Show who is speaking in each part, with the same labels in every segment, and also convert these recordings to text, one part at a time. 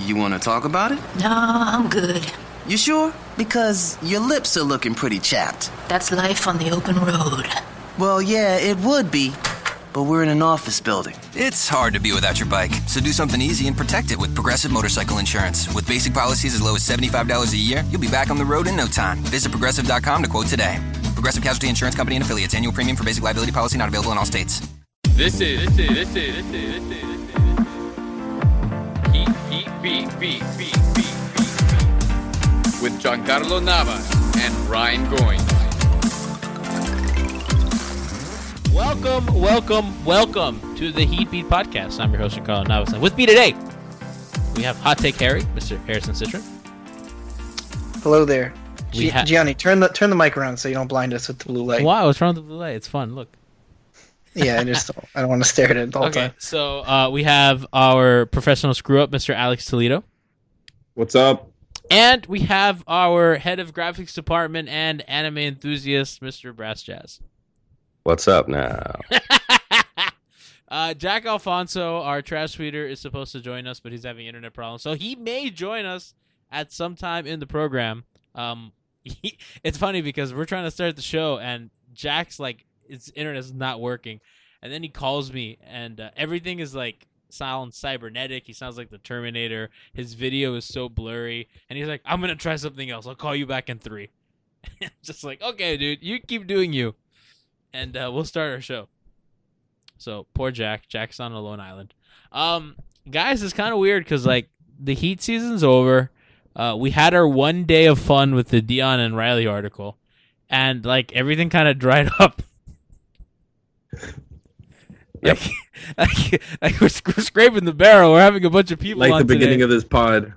Speaker 1: You want to talk about it?
Speaker 2: no, I'm good.
Speaker 1: You sure? Because your lips are looking pretty chapped.
Speaker 2: That's life on the open road.
Speaker 1: Well, yeah, it would be, but we're in an office building.
Speaker 3: It's hard to be without your bike, so do something easy and protect it with Progressive Motorcycle Insurance. With basic policies as low as $75 a year, you'll be back on the road in no time. Visit progressive.com to quote today. Progressive Casualty Insurance Company and affiliates. Annual premium for basic liability policy not available in all states.
Speaker 4: This is this is this is this is this is this is Heat Heat Beat Beat Beat Beat Beat Beat with Giancarlo Navas and Ryan Goins.
Speaker 5: Welcome, welcome, welcome to the Heat Beat Podcast. I'm your host, Carlo Navas. And with me today, we have Hot Take Harry, Mr. Harrison Citron.
Speaker 6: Hello there.
Speaker 5: We
Speaker 6: G-
Speaker 5: ha-
Speaker 6: Gianni, turn the turn the mic around so you don't blind us with the blue light.
Speaker 5: Wow, what's wrong with the blue light? It's fun. Look.
Speaker 6: Yeah, I just don't, I don't want to stare at it the whole
Speaker 5: Okay,
Speaker 6: time.
Speaker 5: so uh, we have our professional screw up, Mr. Alex Toledo.
Speaker 7: What's up?
Speaker 5: And we have our head of graphics department and anime enthusiast, Mr. Brass Jazz.
Speaker 8: What's up now?
Speaker 5: Uh, Jack Alfonso, our trash tweeter, is supposed to join us, but he's having internet problems, so he may join us at some time in the program. Um, he, it's funny because we're trying to start the show, and Jack's like his internet's not working, and then he calls me, and uh, everything is like sounds cybernetic. He sounds like the Terminator. His video is so blurry, and he's like, "I'm gonna try something else. I'll call you back in three. I'm just like, "Okay, dude, you keep doing you, and uh, we'll start our show." So poor Jack. Jack's on a lone island. Um, guys, it's kind of weird because like the heat season's over. Uh, we had our one day of fun with the Dion and Riley article, and like everything kind of dried up.
Speaker 8: Yep.
Speaker 5: Like, like, like we're, sc- we're scraping the barrel. We're having a bunch of people.
Speaker 8: like
Speaker 5: on
Speaker 8: the beginning
Speaker 5: today.
Speaker 8: of this pod.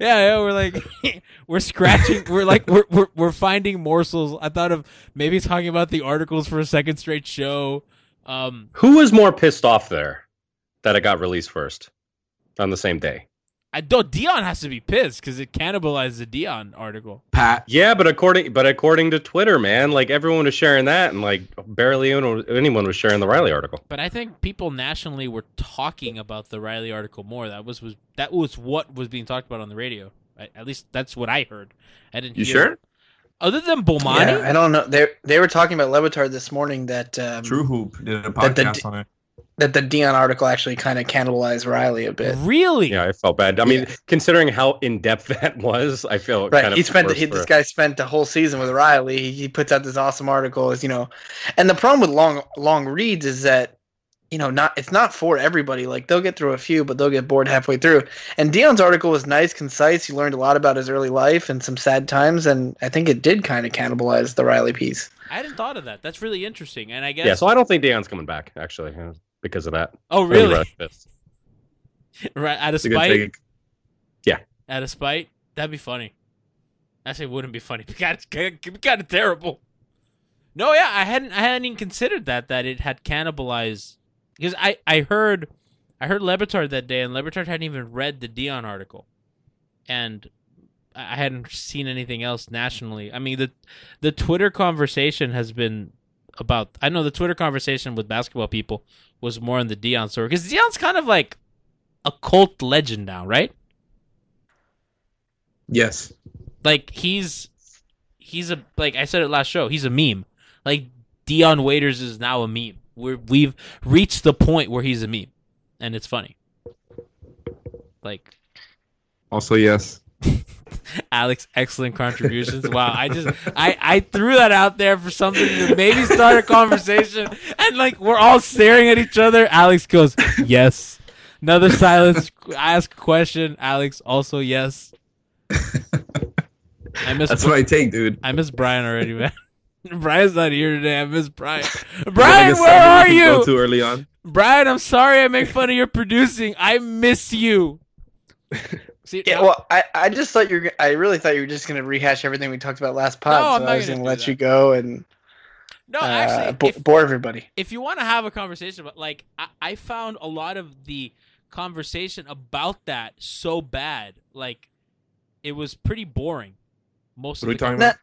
Speaker 5: Yeah, yeah, we're like we're scratching we're like we're, we're we're finding morsels. I thought of maybe talking about the articles for a second straight show. Um
Speaker 8: Who was more pissed off there that it got released first on the same day?
Speaker 5: I don't Dion has to be pissed because it cannibalized the Dion article.
Speaker 7: Pat.
Speaker 8: Yeah, but according but according to Twitter, man, like everyone was sharing that, and like barely anyone anyone was sharing the Riley article.
Speaker 5: But I think people nationally were talking about the Riley article more. That was, was that was what was being talked about on the radio. I, at least that's what I heard. I didn't.
Speaker 8: You
Speaker 5: hear.
Speaker 8: sure?
Speaker 5: Other than Bomani,
Speaker 6: Yeah, I don't know. They they were talking about Levitard this morning that um,
Speaker 9: True Hoop did a
Speaker 6: That the-
Speaker 9: podcast on it.
Speaker 6: that the Dion article actually kind of cannibalized Riley a bit.
Speaker 5: really?
Speaker 8: Yeah, I felt bad. I mean, considering how in depth that was, I feel
Speaker 6: Right,
Speaker 8: kind of
Speaker 6: he spent
Speaker 8: worse
Speaker 6: he,
Speaker 8: for-
Speaker 6: this guy spent the whole season with Riley. He, he puts out this awesome article, is you know, and the problem with long long reads is that you know not it's not for everybody. Like they'll get through a few, but they'll get bored halfway through. And Dion's article was nice, concise. You learned a lot about his early life and some sad times, and I think it did kind of cannibalize the Riley piece.
Speaker 5: I hadn't thought of that. That's really interesting. And I guess.
Speaker 8: Yeah, so I don't think Dion's coming back actually uh, because of that.
Speaker 5: oh,
Speaker 8: Really
Speaker 5: really?
Speaker 8: rushed this.
Speaker 5: right out of
Speaker 8: It's a good
Speaker 5: spite.
Speaker 8: thing.
Speaker 5: out of spite, that'd be funny. Actually, it wouldn't be funny. God, it's kind of terrible. No, yeah, I hadn't, I hadn't even considered that that it had cannibalized because I, I heard, I heard Lebitard that day, and Lebitard hadn't even read the Dion article, and I I hadn't seen anything else nationally. I mean, the, the Twitter conversation has been about. I know the Twitter conversation with basketball people was more on the Dion story because Dion's kind of like a cult legend now, right?
Speaker 8: Yes.
Speaker 5: Like he's he's a like I said it last show, he's a meme. Like Dion Waiters is now a meme. We're we've reached the point where he's a meme. And it's funny. Like
Speaker 8: Also, yes.
Speaker 5: Alex, excellent contributions. Wow, I just I I threw that out there for something to maybe start a conversation, and like we're all staring at each other. Alex goes, "Yes." Another silence. Ask a question. Alex also yes. I miss
Speaker 7: That's my take, dude.
Speaker 5: I miss Brian already, man. Brian's not here today. I miss Brian. Brian, where are you?
Speaker 7: Too early on.
Speaker 5: Brian, I'm sorry I make fun of your producing. I miss you. See,
Speaker 6: Yeah, well, I, I just thought you're. I really thought you were just gonna rehash everything we talked about last pod.
Speaker 5: No, I'm
Speaker 6: so
Speaker 5: not
Speaker 6: I was
Speaker 5: gonna
Speaker 6: gonna
Speaker 5: do
Speaker 6: let
Speaker 5: that.
Speaker 6: you go and
Speaker 5: no,
Speaker 6: uh,
Speaker 5: actually,
Speaker 6: bo-
Speaker 5: if-
Speaker 6: bore everybody.
Speaker 5: if you want to have a conversation about like I, I found a lot of the conversation about that so bad like it was pretty boring most
Speaker 7: What are we
Speaker 5: of the
Speaker 7: talking
Speaker 6: Nah,
Speaker 7: about?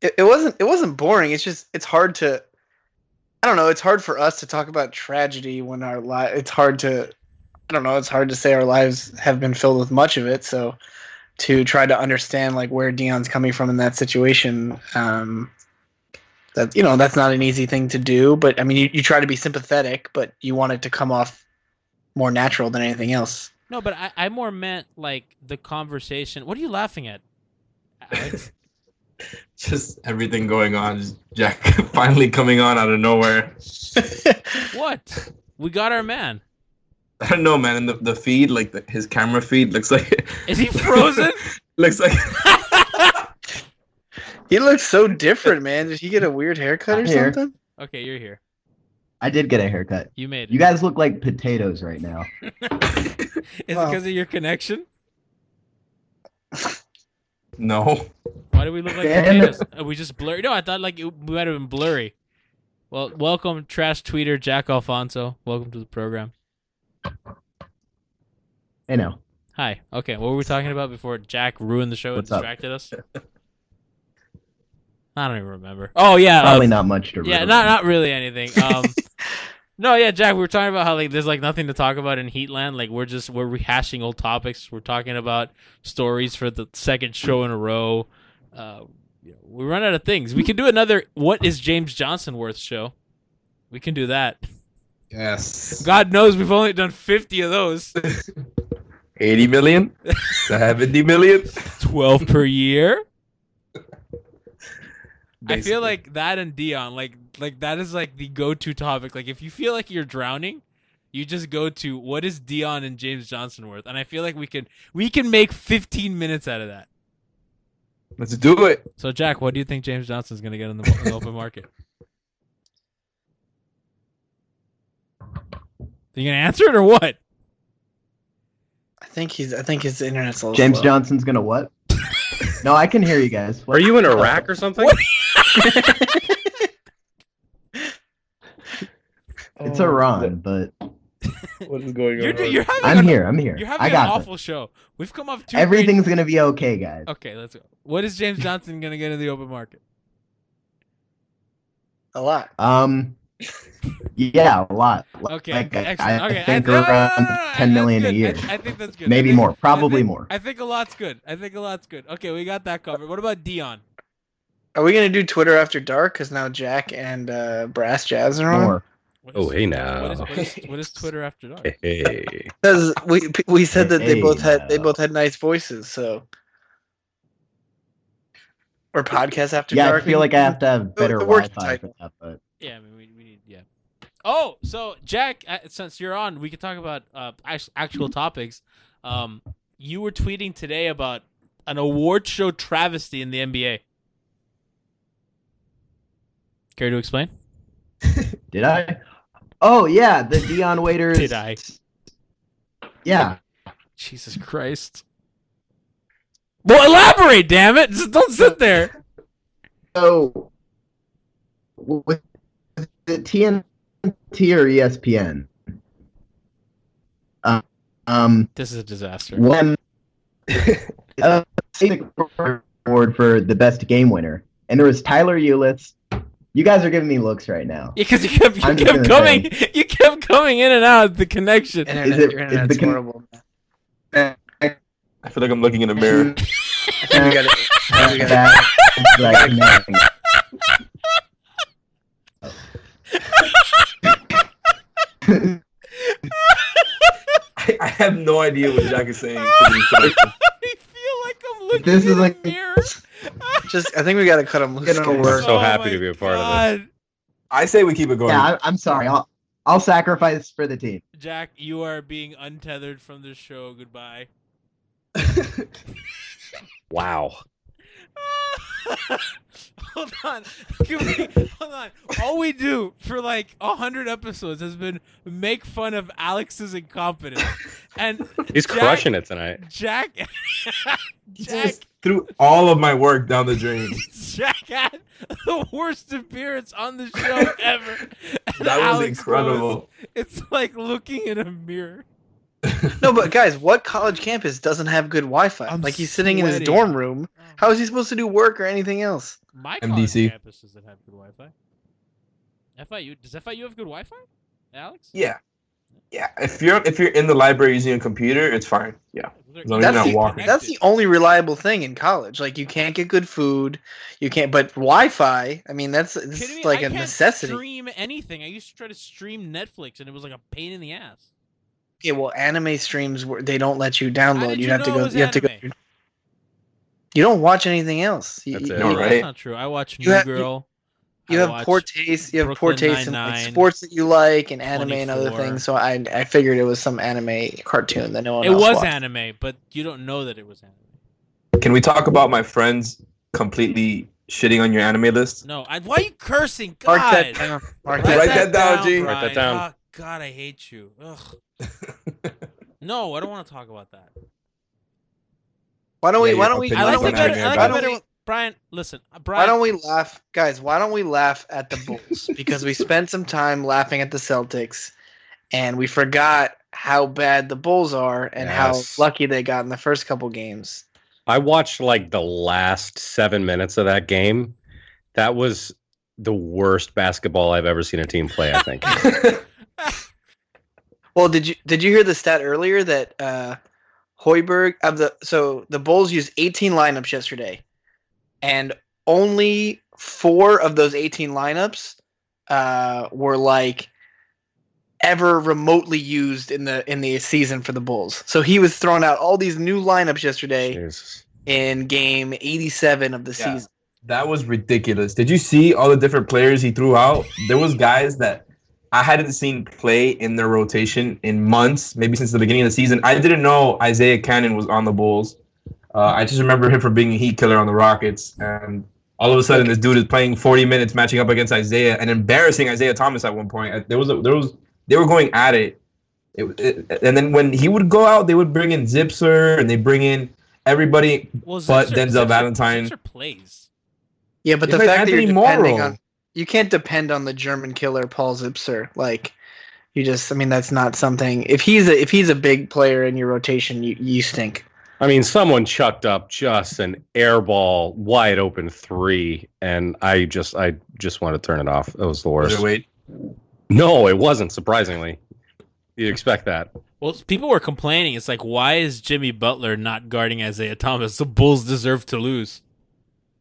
Speaker 6: it, it wasn't. It wasn't boring. It's just. It's hard to. I don't know. It's hard for us to talk about tragedy when our life. It's hard to. I don't know. It's hard to say our lives have been filled with much of it. So, to try to understand like where Dion's coming from in that situation, um, that you know that's not an easy thing to do. But I mean, you, you try to be sympathetic, but you want it to come off more natural than anything else.
Speaker 5: no but I, I more meant like the conversation what are you laughing at Alex?
Speaker 7: Just everything going on. Jack finally coming on out of nowhere.
Speaker 5: what we got our man
Speaker 7: I don't know, man. And the, the feed, like the, his camera feed, looks like
Speaker 5: is he frozen
Speaker 7: looks like
Speaker 6: He looks so different, man. Did he get a weird haircut or
Speaker 10: I'm here.
Speaker 6: something?
Speaker 5: okay you're here
Speaker 10: I did get a haircut.
Speaker 5: you made it
Speaker 10: You guys look like potatoes right
Speaker 5: Uh,
Speaker 10: now.
Speaker 5: is it because of your connection
Speaker 7: no.
Speaker 5: why do we look like
Speaker 7: Damn it.
Speaker 5: potatoes are we just blurry no i thought like it, we might have been blurry well welcome trash tweeter jack alfonso welcome to the program
Speaker 10: I know.
Speaker 5: Hi. Okay, what were we talking about before Jack ruined the show
Speaker 10: What's
Speaker 5: and
Speaker 10: up?
Speaker 5: distracted us? I don't even remember. Oh yeah,
Speaker 10: Probably
Speaker 5: uh,
Speaker 10: not much to.
Speaker 5: Yeah,
Speaker 10: ruin.
Speaker 5: not not really anything. Um, no, yeah, Jack, we were talking about how like there's like nothing to talk about in Heatland. Like we're just we're rehashing old topics. We're talking about stories for the second show in a row. Uh, you know, we run out of things. We can do another. What is James Johnson worth show? We can do that.
Speaker 7: Yes.
Speaker 5: God knows we've only done fifty of those.
Speaker 7: 80 million? 70 million?
Speaker 5: 12 per year? I
Speaker 7: Basically.
Speaker 5: feel like that and Dion, like like that is like the go-to topic. Like if you feel like you're drowning, you just go to what is Dion and James Johnson worth? And I feel like we can we can make 15 minutes out of that.
Speaker 7: Let's do it.
Speaker 5: So Jack, what do you think James Johnson's going to get in the, in the open market? You gonna answer it or what?
Speaker 6: I think he's. I think his internet's a little.
Speaker 10: James
Speaker 6: slow.
Speaker 10: Johnson's gonna what? no, I can hear you guys. What?
Speaker 8: Are you in Iraq or something?
Speaker 10: It's Iran, but
Speaker 8: What is going
Speaker 5: You're, you're having
Speaker 10: I'm
Speaker 5: an-
Speaker 10: here. I'm here.
Speaker 5: You're having
Speaker 10: I got
Speaker 5: an
Speaker 10: this.
Speaker 5: awful show. We've come off two great-
Speaker 10: Everything's gonna be okay, guys.
Speaker 5: Okay, let's go. What is James Johnson going to get in the open market?
Speaker 6: A lot.
Speaker 10: Um, yeah, a lot.
Speaker 5: Okay,
Speaker 10: Like, I-
Speaker 5: excellent.
Speaker 10: I,
Speaker 5: Okay, I-
Speaker 10: think
Speaker 5: no, no, no,
Speaker 10: around
Speaker 5: no, no,
Speaker 10: ten million
Speaker 5: that's
Speaker 10: a year.
Speaker 5: good. I- I think that's good.
Speaker 10: Maybe
Speaker 5: I think-
Speaker 10: more. Probably
Speaker 5: I think-
Speaker 10: more.
Speaker 5: I think a lot's good. I think a lot's good. Okay, we got that covered. What about Dion?
Speaker 6: Are we gonna do Twitter after dark? Because now Jack and uh, Brass Jazz are on.
Speaker 10: More.
Speaker 8: Oh, hey
Speaker 5: What
Speaker 8: now.
Speaker 5: is, what is, what is Twitter after dark?
Speaker 8: Hey.
Speaker 6: Because we p- we said that they
Speaker 10: Hey, uh,
Speaker 6: both had they
Speaker 10: now.
Speaker 6: both had nice voices, so. Or podcast after
Speaker 10: Yeah, I
Speaker 6: dark.
Speaker 10: feel like I have to have better
Speaker 6: the worst
Speaker 10: Wi-Fi for
Speaker 6: title.
Speaker 10: that. But
Speaker 5: Yeah, I mean, we, we need yeah. Oh, so Jack, uh, since you're on, we can talk about uh, act- actual topics. Um, you were tweeting today about an award show travesty in the NBA. Care to explain?
Speaker 10: did I? Oh yeah, the Dion Waiters.
Speaker 5: Did I?
Speaker 10: Yeah,
Speaker 5: Jesus Christ. Well, elaborate, damn it! Just don't sit there.
Speaker 10: So, with the TNT or E ESPN? Uh, um,
Speaker 5: This is a disaster.
Speaker 10: when uh, award for the best game winner, and there was Tyler Ulis. You guys are giving me looks right now.
Speaker 5: Because you kept, you
Speaker 10: I'm just
Speaker 5: kept
Speaker 10: gonna
Speaker 5: coming, you kept coming in and out. The connection.
Speaker 10: Internet- Is it- your is the internet's con- horrible.
Speaker 7: I feel like I'm looking in a
Speaker 6: we
Speaker 7: mirror.
Speaker 6: got
Speaker 10: Uh, that- like, man.
Speaker 7: I, I have no idea what Jack is saying.
Speaker 6: This is like just. I think we got to cut him loose.
Speaker 10: Get on
Speaker 5: Oh
Speaker 10: the
Speaker 6: We're
Speaker 10: So
Speaker 8: happy to be a part of
Speaker 5: it.
Speaker 7: I say we keep it going.
Speaker 10: yeah, I, I'm sorry. I'll I'll sacrifice for the team.
Speaker 5: Jack, you are being untethered from this show. Goodbye.
Speaker 8: Wow.
Speaker 5: hold on. Can we- hold on. All we do for like a hundred episodes has been make fun of Alex's incompetence, and
Speaker 8: He's
Speaker 5: Jack-
Speaker 8: crushing it tonight.
Speaker 5: Jack, Jack,
Speaker 7: Threw all of my work down the drain.
Speaker 5: Jack had the worst appearance on the show ever. And
Speaker 7: That was
Speaker 5: Alex
Speaker 7: incredible.
Speaker 5: it's like looking in a mirror.
Speaker 6: No, but guys, what college campus doesn't have good Wi-Fi? like he's sitting in his
Speaker 5: sweating.
Speaker 6: dorm room.
Speaker 5: Mm.
Speaker 6: How is he supposed to do work or anything else?
Speaker 5: My college
Speaker 6: MDC.
Speaker 5: campus doesn't have good Wi-Fi. FIU does FIU have good Wi-Fi? Alex,
Speaker 7: Yeah. Yeah. If you're if you're in the library using a computer, it's fine. Yeah. As long as you're
Speaker 6: That's
Speaker 7: not
Speaker 6: the,
Speaker 7: walking.
Speaker 6: that's the only reliable thing in college. Like you can't get good food, you can't. But Wi-Fi, I mean, that's it's
Speaker 5: Kidding me?
Speaker 6: like
Speaker 5: I
Speaker 6: a
Speaker 5: can't
Speaker 6: necessity.
Speaker 5: Stream anything. I used to try to stream Netflix, and it was like a pain in the ass.
Speaker 6: Okay, well, anime streams were- they don't let you
Speaker 5: How
Speaker 6: download.
Speaker 5: did
Speaker 6: You,
Speaker 5: you
Speaker 6: have to
Speaker 5: know it
Speaker 6: go.
Speaker 5: was
Speaker 6: You have to go.
Speaker 5: anime?
Speaker 6: You don't watch anything else. You, you-
Speaker 5: No,
Speaker 6: you-
Speaker 5: That's not true. I watch New
Speaker 6: You have-
Speaker 5: Girl.
Speaker 6: You
Speaker 5: I
Speaker 6: have poor
Speaker 5: watch
Speaker 6: taste. You have poor
Speaker 5: Brooklyn
Speaker 6: taste in like,
Speaker 5: Nine-Nine.
Speaker 6: sports that you like and anime and other
Speaker 5: 24.
Speaker 6: things. So I I figured it was some anime cartoon that no one.
Speaker 5: It
Speaker 6: else
Speaker 5: was
Speaker 6: watched.
Speaker 5: anime, but you don't know that it was anime.
Speaker 7: Can we talk about my friends completely shitting on your anime list?
Speaker 5: No, I, why are you cursing? God,
Speaker 6: Mark that down. Mark that
Speaker 7: Write that down, G.
Speaker 5: Brian.
Speaker 7: Write that down.
Speaker 5: Oh, God, I hate you. Ugh. no, I don't want to talk about that.
Speaker 6: Why don't we?
Speaker 7: Yeah,
Speaker 6: why
Speaker 7: your
Speaker 6: don't we?
Speaker 7: opinion
Speaker 6: Why don't
Speaker 7: on
Speaker 6: we?
Speaker 7: anime,
Speaker 6: better-
Speaker 7: bro.
Speaker 6: why don't we-
Speaker 5: Brian, listen. uh, Brian,
Speaker 6: Why don't we laugh, guys? Why don't we laugh at the Bulls because we spent some time laughing at the Celtics, and we forgot how bad the Bulls are and
Speaker 8: Yes.
Speaker 6: how lucky they got in the first couple games.
Speaker 8: I watched like the last seven minutes of that game. That was the worst basketball I've ever seen a team play, I think.
Speaker 6: Well, did you did you hear the stat earlier that uh Hoiberg of the so the Bulls used 18 lineups yesterday, and only four of those 18 lineups uh, were like ever remotely used in the in the season for the Bulls. So he was throwing out all these new lineups yesterday in game 87 of the
Speaker 7: Yeah.
Speaker 6: season.
Speaker 7: That was ridiculous. Did you see all the different players he threw out? There was guys that I hadn't seen play in their rotation in months, maybe since the beginning of the season. I didn't know Isaiah Cannon was on the Bulls. Uh, I just remember him from being a heat killer on the Rockets, and all of a sudden, this dude is playing 40 minutes, matching up against Isaiah and embarrassing Isaiah Thomas at one point. Uh, There was a, there was they were going at it. It, it- and then when he would go out, they would bring in Zipser and they bring in everybody
Speaker 5: Well,
Speaker 7: but
Speaker 5: Zipser-
Speaker 7: Denzel
Speaker 5: Zipser-
Speaker 7: Valentine.
Speaker 5: Zipser plays.
Speaker 6: Yeah, but the
Speaker 7: They played
Speaker 6: fact that
Speaker 7: Anthony
Speaker 6: you're depending
Speaker 7: Morrow.
Speaker 6: on you can't depend on the German killer Paul Zipser. Like you just I mean that's not something if he's a if he's a big player in your rotation, you, you stink.
Speaker 8: I mean, someone chucked up just an airball wide open three, and I just I just want to turn it off. That was the worst.
Speaker 7: Wait.
Speaker 8: No, it wasn't, surprisingly. You'd expect that.
Speaker 5: Well, people were complaining. It's like, why is Jimmy Butler not guarding Isaiah Thomas? The Bulls deserve to lose.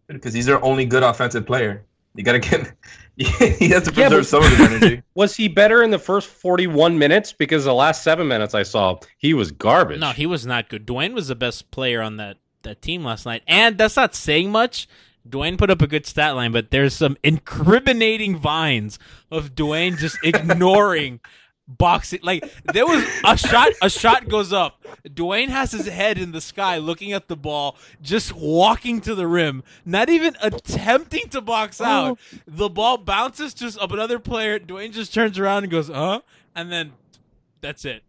Speaker 7: because he's their only good offensive player. You gotta get he has to
Speaker 8: Yeah,
Speaker 7: preserve
Speaker 8: but-
Speaker 7: some of his energy.
Speaker 8: Was he better in the first 41 minutes? Because the last seven minutes I saw, he was garbage.
Speaker 5: No, he was not good. Dwayne was the best player on that, that team last night. And that's not saying much. Dwayne put up a good stat line, but there's some incriminating vines of Dwayne just ignoring boxing. Like there was a shot, a shot goes up. Dwayne has his head in the sky, looking at the ball, just walking to the rim, not even attempting to
Speaker 6: Oh.
Speaker 5: box out. The ball bounces just up another player. Dwayne just turns around and goes, "Huh," and then that's it.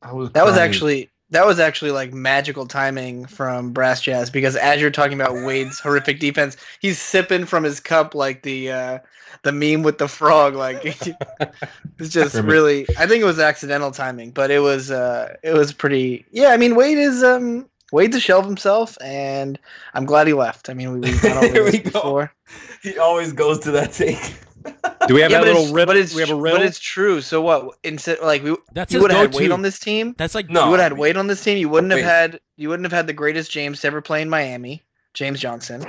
Speaker 7: I was
Speaker 6: That was
Speaker 7: crying.
Speaker 6: actually that was actually like magical timing from Brass Jazz because as you're talking about Wade's horrific defense, he's sipping from his cup like the uh, the meme with the frog. Like it's just
Speaker 7: Remember.
Speaker 6: really, I think it was accidental timing, but it was uh, it was pretty. Yeah, I mean Wade is um Wade's a shell of himself, and I'm glad he left. I mean we, we got over this before.
Speaker 7: He always goes to that take.
Speaker 8: Do we have
Speaker 6: Yeah,
Speaker 8: that
Speaker 6: but
Speaker 8: little
Speaker 6: it's-
Speaker 8: rip?
Speaker 6: But it's,
Speaker 8: we have a
Speaker 6: but
Speaker 8: riddle.
Speaker 6: it's true. So what? Instead, like we,
Speaker 5: That's
Speaker 6: you
Speaker 5: his
Speaker 6: would have had
Speaker 5: go-to.
Speaker 6: Wade on this team.
Speaker 5: That's like
Speaker 6: you would have had Wade on this team. You wouldn't
Speaker 5: Wait.
Speaker 6: have had you wouldn't have had the greatest James to ever play in Miami, James Johnson.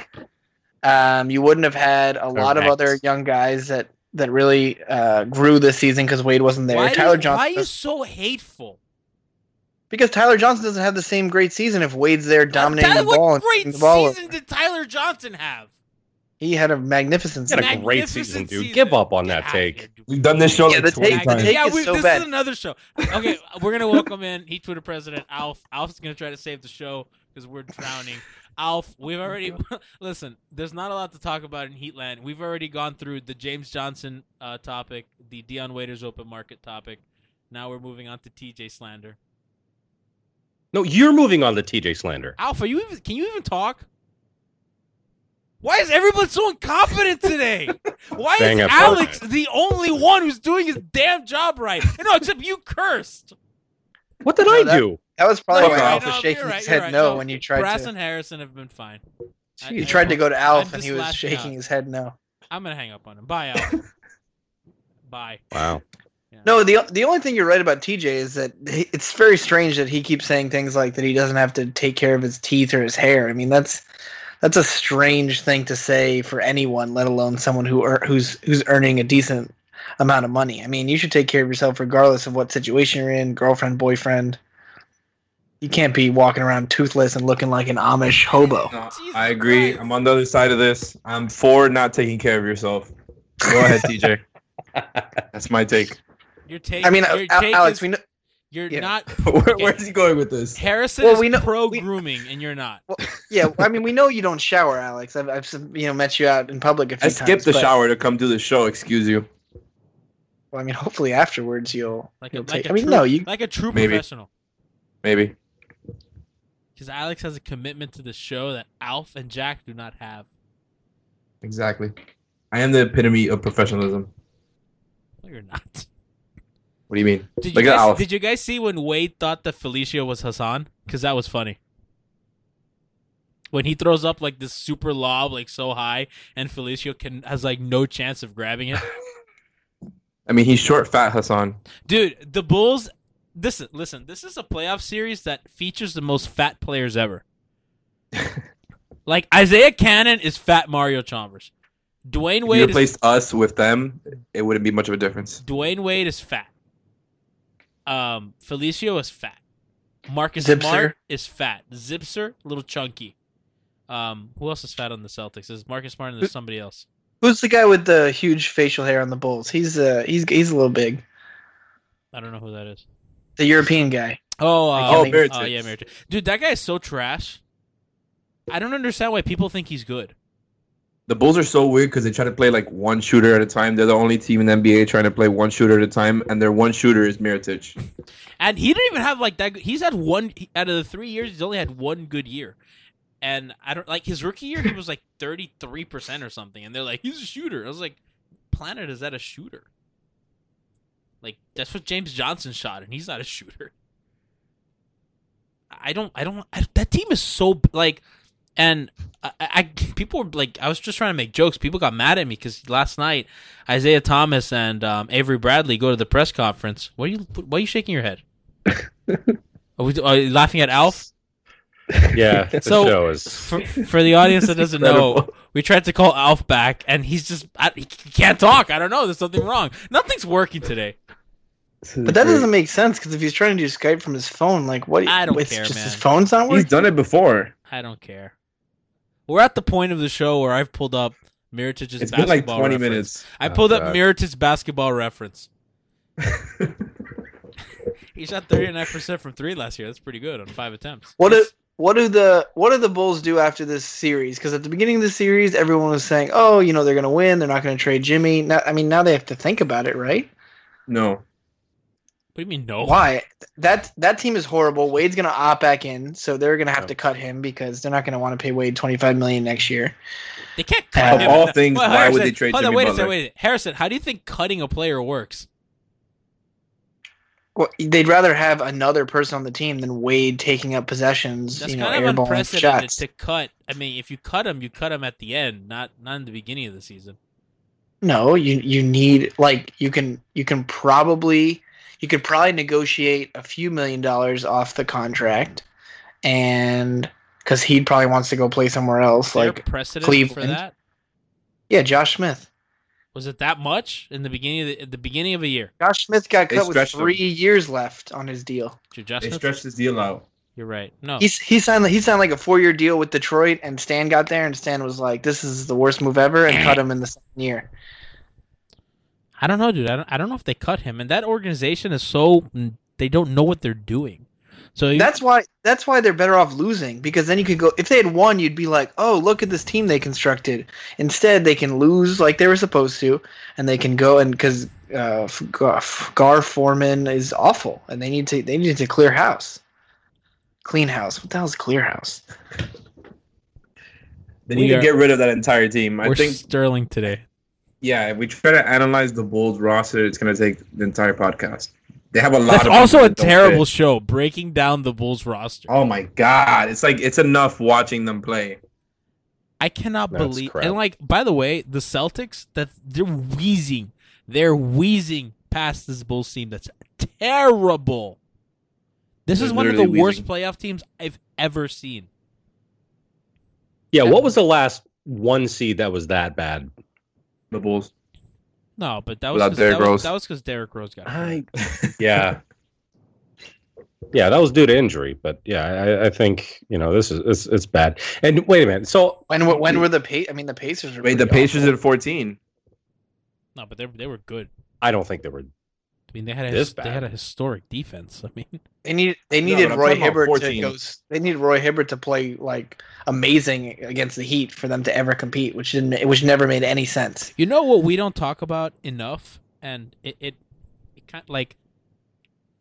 Speaker 6: Um, you wouldn't have had a lot of
Speaker 5: Correct.
Speaker 6: other young guys that that really uh, grew this season because Wade wasn't there.
Speaker 5: Why, do
Speaker 6: Tyler
Speaker 5: you-
Speaker 6: Johnson
Speaker 5: why are you so hateful?
Speaker 6: because Tyler Johnson doesn't have the same great season if Wade's there dominating
Speaker 5: Tyler,
Speaker 6: the ball
Speaker 5: what
Speaker 6: and
Speaker 5: great
Speaker 6: kicking the ball.
Speaker 5: season did Tyler Johnson have?
Speaker 6: He had a magnificent.
Speaker 8: He had a
Speaker 6: season.
Speaker 8: great season, dude. Give up on that take.
Speaker 7: We've done this show
Speaker 6: Yeah,
Speaker 7: like
Speaker 6: the
Speaker 7: 20
Speaker 6: take- the
Speaker 7: times.
Speaker 6: take
Speaker 5: yeah,
Speaker 6: is
Speaker 5: we,
Speaker 6: so
Speaker 5: this
Speaker 6: bad.
Speaker 5: is another show. Okay, we're gonna welcome in Heat Twitter president Alf. Alf's gonna try to save the show because we're drowning. Alf, we've already listen. There's not a lot to talk about in Heatland. We've already gone through the James Johnson uh, topic, the Dion Waiters open market topic. Now we're moving on to TJ slander.
Speaker 8: No, you're moving on to TJ slander.
Speaker 5: Alf, are you even? Can you even talk? Why is everyone so incompetent today? Why
Speaker 8: Bang
Speaker 5: is
Speaker 8: up,
Speaker 5: Alex the only one who's doing his damn job right? No, except you cursed.
Speaker 8: What did I
Speaker 6: that-
Speaker 8: do?
Speaker 6: That was probably
Speaker 5: No,
Speaker 6: why
Speaker 5: you're
Speaker 6: Alf
Speaker 5: right,
Speaker 6: was
Speaker 5: no,
Speaker 6: shaking
Speaker 5: you're right,
Speaker 6: his
Speaker 5: you're
Speaker 6: head
Speaker 5: right.
Speaker 6: no
Speaker 5: No,
Speaker 6: when you tried
Speaker 5: Brass
Speaker 6: to.
Speaker 5: and Harrison have been fine. I-
Speaker 8: Jeez.
Speaker 6: He tried to go to Alf
Speaker 5: I'm
Speaker 6: and he
Speaker 5: just
Speaker 6: was
Speaker 5: lashing
Speaker 6: shaking
Speaker 5: out.
Speaker 6: his head no.
Speaker 5: I'm gonna hang up on him. Bye, Alf. Bye.
Speaker 8: Wow.
Speaker 6: No, the the only thing you're right about TJ is that he, it's very strange that he keeps saying things like that he doesn't have to take care of his teeth or his hair. I mean, that's that's a strange thing to say for anyone, let alone someone who ear who's who's earning a decent amount of money. I mean, you should take care of yourself regardless of what situation you're in, girlfriend, boyfriend. You can't be walking around toothless and looking like an Amish hobo.
Speaker 7: I agree. I'm on the other side of this. I'm for not taking care of yourself. Go ahead, TJ. That's my take.
Speaker 5: Your take.
Speaker 6: I mean,
Speaker 5: your
Speaker 6: Al-
Speaker 5: take
Speaker 6: Alex,
Speaker 5: is,
Speaker 6: we know
Speaker 5: you're
Speaker 6: yeah.
Speaker 5: not
Speaker 7: Where, where's he going with this?
Speaker 5: Harrison
Speaker 6: Well,
Speaker 5: is
Speaker 6: we know-
Speaker 5: pro grooming, and you're not.
Speaker 6: yeah, I mean, we know you don't shower, Alex. I've, I've you know met you out in public a few
Speaker 7: I
Speaker 6: times.
Speaker 7: skipped the
Speaker 6: but-
Speaker 7: shower to come do the show. Excuse you.
Speaker 6: Well, I mean, hopefully afterwards you'll.
Speaker 5: Like a,
Speaker 6: you'll
Speaker 5: like
Speaker 6: take,
Speaker 5: a
Speaker 6: I mean,
Speaker 5: true,
Speaker 6: no, you.
Speaker 5: like a true
Speaker 7: Maybe.
Speaker 5: professional.
Speaker 7: Maybe.
Speaker 5: Because Alex has a commitment to the show that Alf and Jack do not have.
Speaker 7: Exactly. I am the epitome of professionalism.
Speaker 5: No, you're not.
Speaker 7: What do you mean?
Speaker 5: Did you,
Speaker 7: Look at
Speaker 5: guys,
Speaker 7: Alf.
Speaker 5: did you guys see when Wade thought that Felicia was Hassan? Because that was funny. When he throws up like this super lob like so high, and Felicia can has like no chance of grabbing it.
Speaker 7: I mean, he's short, fat Hassan.
Speaker 5: Dude, the Bulls. Listen, listen. This is a playoff series that features the most fat players ever. like Isaiah Cannon is fat Mario Chalmers. Dwayne
Speaker 7: If you
Speaker 5: Wade. Is,
Speaker 7: replaced us with them, it wouldn't be much of a difference.
Speaker 5: Dwayne Wade is fat. Um, Felicio is fat. Marcus
Speaker 6: Zipser.
Speaker 5: Smart is fat. Zipser, little chunky. Um, who else is fat on the Celtics? Is Marcus Smart and there's somebody else?
Speaker 6: Who's the guy with the huge facial hair on the Bulls? He's uh, he's he's a little big.
Speaker 5: I don't know who that is.
Speaker 6: The European guy.
Speaker 5: Oh, uh,
Speaker 6: Oh,
Speaker 5: oh,
Speaker 6: Miritich.
Speaker 5: yeah, Miritich. Dude, that guy is so trash. I don't understand why people think he's good.
Speaker 7: The Bulls are so weird because they try to play like one shooter at a time. They're the only team in the NBA trying to play one shooter at a time, and their one shooter is Miritich.
Speaker 5: And he didn't even have like that. good- He's had one he- out of the three years. He's only had one good year, and I don't like his rookie year. He was like thirty three percent or something, and they're like, he's a shooter. I was like, Planet is that a shooter? Like that's what James Johnson shot, and he's not a shooter. I don't. I don't. I, that team is so like, and I, I people were like, I was just trying to make jokes. People got mad at me because last night Isaiah Thomas and um, Avery Bradley go to the press conference. What are you? Why are you shaking your head? Are, we, are you laughing at Alf?
Speaker 8: Yeah, the
Speaker 5: So-
Speaker 8: show is.
Speaker 5: For, for the audience that doesn't know, we tried to call Alf back, and he's just I, he can't talk. I don't know. There's something wrong. Nothing's working today.
Speaker 6: But that doesn't make sense because if he's trying to do Skype from his phone, like what?
Speaker 5: I don't
Speaker 6: it's
Speaker 5: care,
Speaker 6: just
Speaker 5: man.
Speaker 6: His phone's not working.
Speaker 7: He's done it before.
Speaker 5: I don't care. We're at the point of the show where I've pulled up Miritich's
Speaker 7: It's been
Speaker 5: basketball
Speaker 7: like 20
Speaker 5: reference.
Speaker 7: minutes.
Speaker 5: I
Speaker 7: Oh,
Speaker 5: pulled up
Speaker 7: God.
Speaker 5: Miritich's basketball reference. he shot 39% from three last year. That's pretty good on five attempts.
Speaker 6: What do what do the what do the Bulls do after this series? Because at the beginning of the series, everyone was saying, "Oh, you know, they're going to win. They're not going to trade Jimmy." Now, I mean, now they have to think about it, right?
Speaker 7: No.
Speaker 5: do you mean no?
Speaker 6: Why? That that team is horrible. Wade's gonna opt back in, so they're gonna have to cut him because they're not gonna want to pay Wade twenty five million next year.
Speaker 5: They can't
Speaker 6: cut
Speaker 7: Of
Speaker 6: him.
Speaker 7: all things,
Speaker 5: Well,
Speaker 7: why
Speaker 5: Harrison,
Speaker 7: would they trade
Speaker 5: hold on,
Speaker 7: Jimmy
Speaker 5: wait a
Speaker 7: Butler?
Speaker 5: second, wait a second. Harrison, how do you think cutting a player works?
Speaker 6: Well, they'd rather have another person on the team than Wade taking up possessions,
Speaker 5: That's
Speaker 6: you know,
Speaker 5: kind of
Speaker 6: airballing
Speaker 5: unprecedented
Speaker 6: shots.
Speaker 5: to cut. I mean, if you cut him, you cut him at the end, not not in the beginning of the season.
Speaker 6: No, you you need like you can you can probably you could probably negotiate a few million dollars off the contract, and because he probably wants to go play somewhere else,
Speaker 5: There
Speaker 6: like
Speaker 5: precedent
Speaker 6: Cleveland.
Speaker 5: for that?
Speaker 6: Yeah, Josh Smith.
Speaker 5: Was it that much in the beginning of the, at the beginning of a year?
Speaker 6: Josh Smith got
Speaker 5: They
Speaker 6: cut with
Speaker 5: stretched him.
Speaker 6: three years left on his deal.
Speaker 5: Justin?
Speaker 7: his deal out.
Speaker 5: You're right. No,
Speaker 6: He's, he signed he signed like a four year deal with Detroit, and Stan got there, and Stan was like, "This is the worst move ever," and cut him in the second year.
Speaker 5: I don't know, dude. I don't, I don't know if they cut him. And that organization is so they don't know what they're doing. So you-
Speaker 6: That's why that's why they're better off losing because then you could go if they had won you'd be like oh look at this team they constructed instead they can lose like they were supposed to and they can go and because uh, F- Gar- F- Gar Foreman is awful and they need to they need to clear house clean house what the hell's clear house
Speaker 7: They
Speaker 6: We
Speaker 7: need
Speaker 6: are-
Speaker 7: to get rid of that entire team. I
Speaker 5: we're
Speaker 7: think,
Speaker 5: Sterling today.
Speaker 7: yeah, if we try to analyze the Bulls roster, it's going to take the entire podcast. They have a lot
Speaker 5: That's
Speaker 7: of.
Speaker 5: also
Speaker 7: people
Speaker 5: a
Speaker 7: that don't
Speaker 5: terrible
Speaker 7: fit.
Speaker 5: show breaking down the Bulls roster.
Speaker 7: Oh my God. It's like, it's enough watching them play.
Speaker 5: I cannot
Speaker 7: That's
Speaker 5: believe.
Speaker 7: crap.
Speaker 5: And like, by the way, the Celtics that they're wheezing, they're wheezing past this Bulls team. That's terrible. This is
Speaker 8: They're
Speaker 5: one of the
Speaker 8: literally
Speaker 5: worst playoff teams I've ever seen.
Speaker 8: Yeah, what was the last one seed that was that bad?
Speaker 7: The Bulls.
Speaker 5: No, but that was
Speaker 8: Without
Speaker 5: 'cause-
Speaker 8: Derrick
Speaker 5: that was-
Speaker 8: Rose.
Speaker 5: that was because Derrick Rose got. hurt.
Speaker 8: Yeah. yeah, that was due to injury, but yeah, I, I think you know this is it's, it's bad. And wait a minute, so
Speaker 6: when were- when were the pa- I mean the Pacers were
Speaker 8: Wait, the
Speaker 6: pretty
Speaker 8: Pacers
Speaker 6: awful.
Speaker 8: are-
Speaker 7: They're 14.
Speaker 5: No, but they they were good.
Speaker 8: I don't think they were.
Speaker 5: I mean, they had a
Speaker 8: This
Speaker 5: his- they had a historic defense. I mean,
Speaker 6: they need they
Speaker 5: No,
Speaker 6: needed
Speaker 5: but I'm
Speaker 6: Roy
Speaker 5: talking about
Speaker 6: Hibbert
Speaker 5: 14.
Speaker 6: to go s- they needed Roy Hibbert to play like amazing against the Heat for them to ever compete which didn't which never made any sense
Speaker 5: You know what we don't talk about enough, and it it, it kind like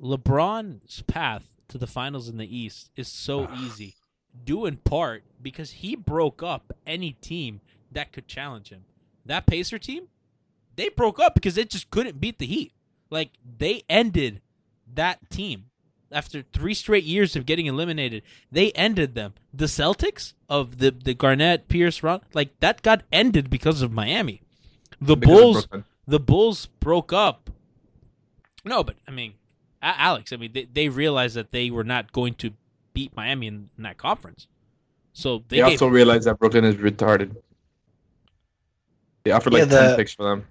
Speaker 5: LeBron's path to the finals in the East is so easy, due in part because he broke up any team that could challenge him. That Pacer team, they broke up because they just couldn't beat the Heat. Like they ended that team after three straight years of getting eliminated. They ended them. The Celtics of the the Garnett Pierce run, like that got ended because of Miami. The
Speaker 7: Because of
Speaker 5: Bulls,
Speaker 7: Brooklyn.
Speaker 5: the Bulls broke up. No, but I mean, A- Alex. I mean, they, they realized that they were not going to beat Miami in, in that conference. So they,
Speaker 7: They,
Speaker 5: gave-
Speaker 7: also realize that Brooklyn is retarded. They offered like
Speaker 6: Yeah, the-
Speaker 7: 10 picks for them.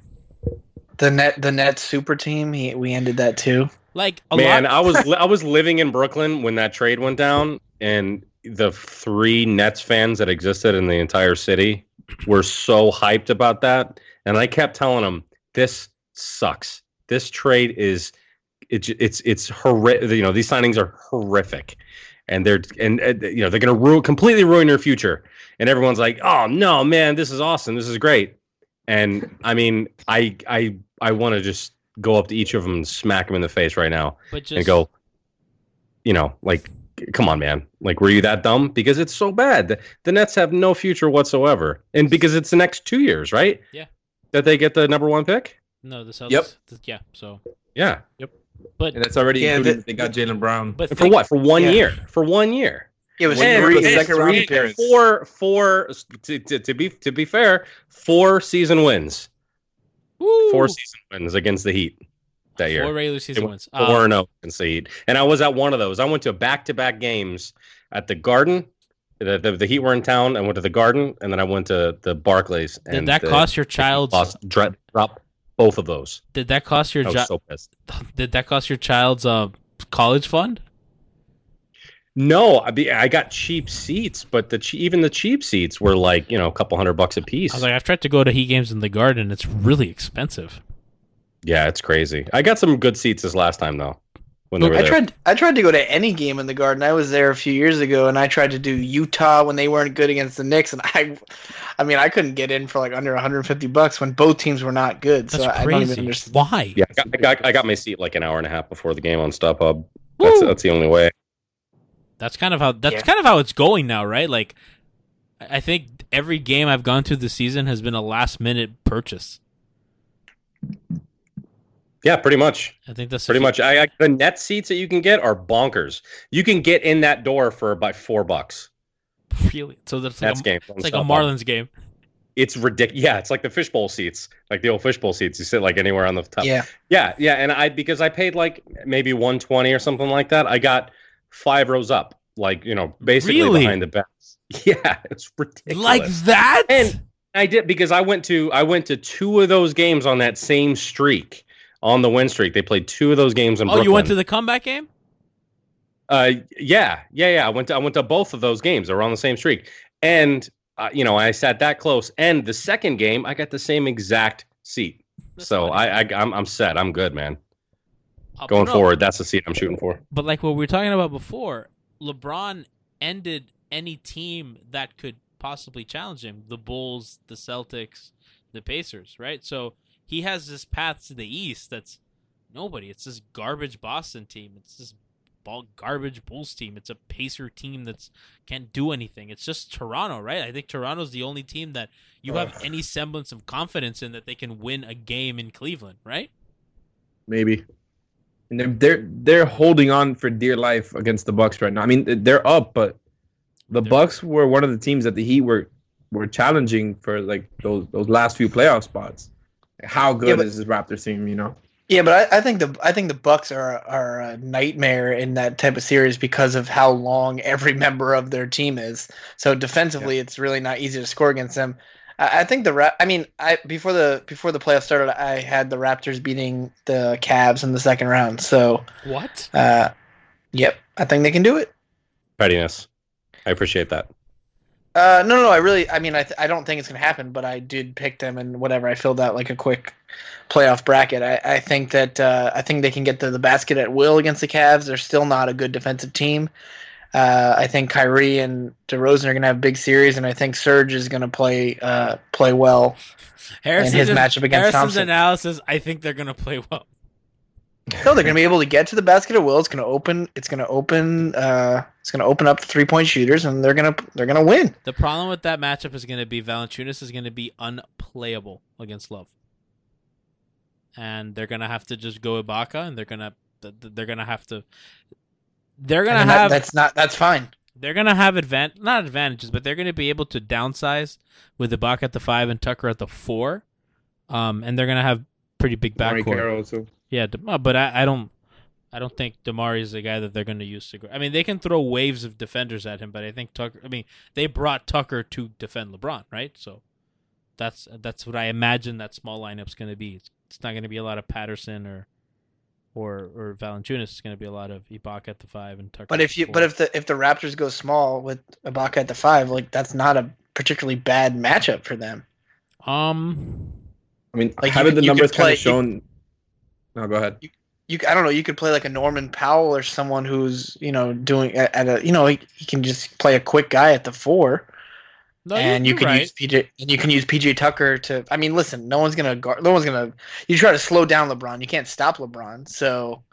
Speaker 6: The net, the net super team. He, we ended that too.
Speaker 5: like
Speaker 8: man, I was li- I was living in Brooklyn when that trade went down, and the three Nets fans that existed in the entire city were so hyped about that, and I kept telling them this sucks. This trade is it's it's it's horrific. You know these signings are horrific, and they're and, and you know they're gonna ruin completely ruin your future. And everyone's like, oh no, man, this is awesome. This is great. And I mean, I I I want to just go up to each of them and smack them in the face right now
Speaker 5: But just-
Speaker 8: and go, you know, like, come on, man, like, were you that dumb? Because it's so bad. The, the Nets have no future whatsoever, and because it's the next two years, right?
Speaker 5: Yeah.
Speaker 8: That they get the number one pick.
Speaker 5: no the Celtics.
Speaker 8: Yep.
Speaker 5: th- yeah. So,
Speaker 8: Yeah.
Speaker 5: Yep. but
Speaker 7: And that's already
Speaker 8: Yeah,
Speaker 7: including
Speaker 8: but-
Speaker 7: that they got Jalen Brown.
Speaker 5: But
Speaker 8: for what? For one
Speaker 7: Yeah.
Speaker 8: year. For one year.
Speaker 6: It was
Speaker 8: And-
Speaker 7: three-
Speaker 8: and
Speaker 7: it was second round appearance.
Speaker 8: Four, four. To, to, to be to be fair, four season wins. Four season wins against the Heat that year.
Speaker 5: Four regular season
Speaker 8: They
Speaker 5: wins.
Speaker 8: went
Speaker 5: Uh,
Speaker 8: Four and oh, zero against the Heat, and I was at one of those. I went to back to back games at the Garden. The, the, the Heat were in town. I went to the Garden, and then I went to the Barclays.
Speaker 5: Did
Speaker 8: and
Speaker 5: that
Speaker 8: the-
Speaker 5: cost your child's-
Speaker 8: Lost, dre- drop both of those.
Speaker 5: did that cost your
Speaker 8: I was
Speaker 5: job?
Speaker 8: so pissed.
Speaker 5: Did that cost your child's uh, college fund?
Speaker 8: No, I be, I got cheap seats, but the che- even the cheap seats were like you know a couple hundred bucks a piece.
Speaker 5: I was like, I've tried to go to Heat games in the Garden. It's really expensive.
Speaker 8: yeah, it's crazy. I got some good seats this last time though. when they were
Speaker 6: I
Speaker 8: there.
Speaker 6: tried. I tried to go to any game in the Garden. I was there a few years ago, and I tried to do Utah when they weren't good against the Knicks, and I, I mean, I couldn't get in for like under 150 bucks when both teams were not good. so I don't even understand.
Speaker 5: Why?
Speaker 8: Yeah, I got, I got I got my seat like an hour and a half before the game on StubHub. That's that's the only way.
Speaker 5: That's kind of how that's kind of how it's going now, right? Like I I think every game I've gone to this season has been a last minute purchase.
Speaker 8: Yeah, pretty much.
Speaker 5: I think that's
Speaker 8: pretty much. I, I the net seats that you can get are bonkers. You can get in that door for about four bucks.
Speaker 5: Really? So that's like
Speaker 8: Nets
Speaker 5: a,
Speaker 8: game.
Speaker 5: It's like a Marlins game.
Speaker 8: It's ridiculous. Yeah, it's like the fishbowl seats, like the old fishbowl seats. You sit like anywhere on the top.
Speaker 6: Yeah.
Speaker 8: yeah, yeah. And I because I paid like maybe one twenty or something like that. I got five rows up, like you know, basically
Speaker 5: Really?
Speaker 8: behind the bounce. Yeah, it's ridiculous.
Speaker 5: Like that?
Speaker 8: And I did because I went to I went to two of those games on that same streak on the win streak. They played two of those games in
Speaker 5: Oh,
Speaker 8: Brooklyn.
Speaker 5: you went to the comeback game?
Speaker 8: Uh, yeah, yeah, yeah. I went to I went to both of those games. They were on the same streak, and uh, you know I sat that close. And the second game, I got the same exact seat. so I, I I'm I'm set. I'm good, man.
Speaker 5: Uh,
Speaker 8: Going
Speaker 5: no,
Speaker 8: forward, that's the seat I'm shooting for.
Speaker 5: But like what we were talking about before, LeBron ended any team that could possibly challenge him the Bulls, the Celtics, the Pacers, right? So he has this path to the East that's nobody. It's this garbage Boston team. It's this ball garbage Bulls team. It's a Pacer team that's can't do anything. It's just Toronto, right? I think Toronto's the only team that you have
Speaker 8: Ugh.
Speaker 5: any semblance of confidence in that they can win a game in Cleveland, right?
Speaker 7: maybe. And they're they're they're holding on for dear life against the Bucks right now. I mean, they're up, but the Bucks were one of the teams that the Heat were were challenging for like those those last few playoff spots. How good
Speaker 6: Yeah, but-
Speaker 7: is this Raptors team? You know,
Speaker 6: Yeah, but I, I think the I think the Bucks are are a nightmare in that type of series because of how long every member of their team is. So defensively, it's really not easy to score against them. I, I think the Ra- I mean, I before the before the playoffs started, I had the Raptors beating the Cavs in the second round. So
Speaker 5: What?
Speaker 6: uh, yep, I think they can do it.
Speaker 8: Pettiness. I appreciate that.
Speaker 6: Uh, no, no, no, I really, I mean, I, th- I don't think it's gonna happen, but I did pick them and whatever. I filled out like a quick playoff bracket. I, I think that uh, I think they can get to the basket at will against the Cavs. They're still not a good defensive team. Uh, I think Kyrie and DeRozan are gonna have big series, and I think Serge is gonna play uh, play well in his matchup against
Speaker 5: Harrison's
Speaker 6: Thompson.
Speaker 5: analysis, I think they're going to play well.
Speaker 6: no, they're gonna be able to get to the basket at will. It's gonna open. It's gonna open. Uh, it's gonna open up three point shooters, and they're gonna they're gonna win.
Speaker 5: The problem with that matchup is going to be Valanciunas is going to be unplayable against Love, and they're going to have to just go Ibaka, and they're going to they're going to have to they're going to
Speaker 6: And that-
Speaker 5: have
Speaker 6: that's not that's fine.
Speaker 5: they're going to have advan- not advantages, but they're going to be able to downsize with Ibaka at the five and Tucker at the four, um, and they're going to have pretty big
Speaker 7: Monte
Speaker 5: backcourt.
Speaker 7: Carlo, too.
Speaker 5: Yeah, De- uh, but I, I don't I don't think Damari is the guy that they're going to use to. Go- I mean, they can throw waves of defenders at him, but I think Tucker. I mean, they brought Tucker to defend LeBron, right? So that's that's what I imagine that small lineup's going to be. It's, it's not going to be a lot of Patterson or or or Valanciunas. It's going to be a lot of Ibaka at the five and Tucker.
Speaker 6: But
Speaker 5: at
Speaker 6: if you
Speaker 5: the
Speaker 6: but if the if the Raptors go small with Ibaka at the five, like that's not a particularly bad matchup for them.
Speaker 5: four. um,
Speaker 7: I mean,
Speaker 6: Like, you
Speaker 7: haven't
Speaker 6: could-
Speaker 7: the
Speaker 6: you could
Speaker 7: numbers kind
Speaker 6: play-
Speaker 7: of shown? No, go ahead.
Speaker 6: You I don't know. You could play like a Norman Powell or someone who's you know doing at, at a you know he, he can just play a quick guy at the four.
Speaker 5: No, you're-
Speaker 6: and you
Speaker 5: you're
Speaker 6: can
Speaker 5: right.
Speaker 6: use PJ and you can use PJ Tucker to. I mean, listen, no one's gonna guard. No one's gonna. You try to slow down LeBron. You can't stop LeBron. So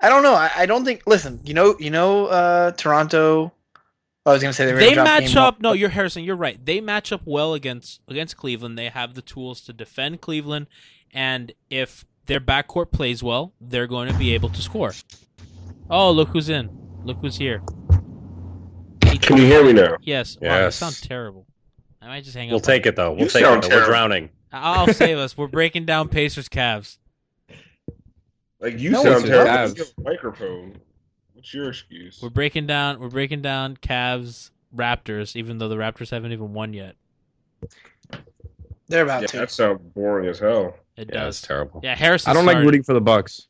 Speaker 6: I don't know. I, I don't think. Listen, you know, you know, uh, Toronto. I was gonna say they were
Speaker 5: they
Speaker 6: gonna drop
Speaker 5: match
Speaker 6: game
Speaker 5: up.
Speaker 6: one.
Speaker 5: No, you're Harrison. You're right. They match up well against against Cleveland. They have the tools to defend Cleveland, and if their backcourt plays well, they're going to be able to score. Oh, look who's in! Look who's here!
Speaker 8: Can you hear me now?
Speaker 5: Yes. Wow, you
Speaker 8: Yes.
Speaker 5: sound terrible. I might just hang
Speaker 8: We'll
Speaker 5: up.
Speaker 8: take it though. We'll
Speaker 5: You
Speaker 8: take
Speaker 5: sound
Speaker 8: it. Though. We're
Speaker 5: terrible.
Speaker 8: drowning.
Speaker 5: I'll save us. We're breaking down Pacers Cavs.
Speaker 11: Like you
Speaker 5: No,
Speaker 11: sound
Speaker 5: it's
Speaker 11: terrible.
Speaker 5: Cavs.
Speaker 11: You have a microphone. What's your excuse?
Speaker 5: We're breaking down. We're breaking down Cavs Raptors, even though the Raptors haven't even won yet.
Speaker 6: They're about
Speaker 11: yeah, That sounds boring as hell.
Speaker 5: It
Speaker 8: yeah, does. It's terrible.
Speaker 5: Yeah, Harrison.
Speaker 7: I don't like
Speaker 5: started.
Speaker 7: rooting for the Bucks.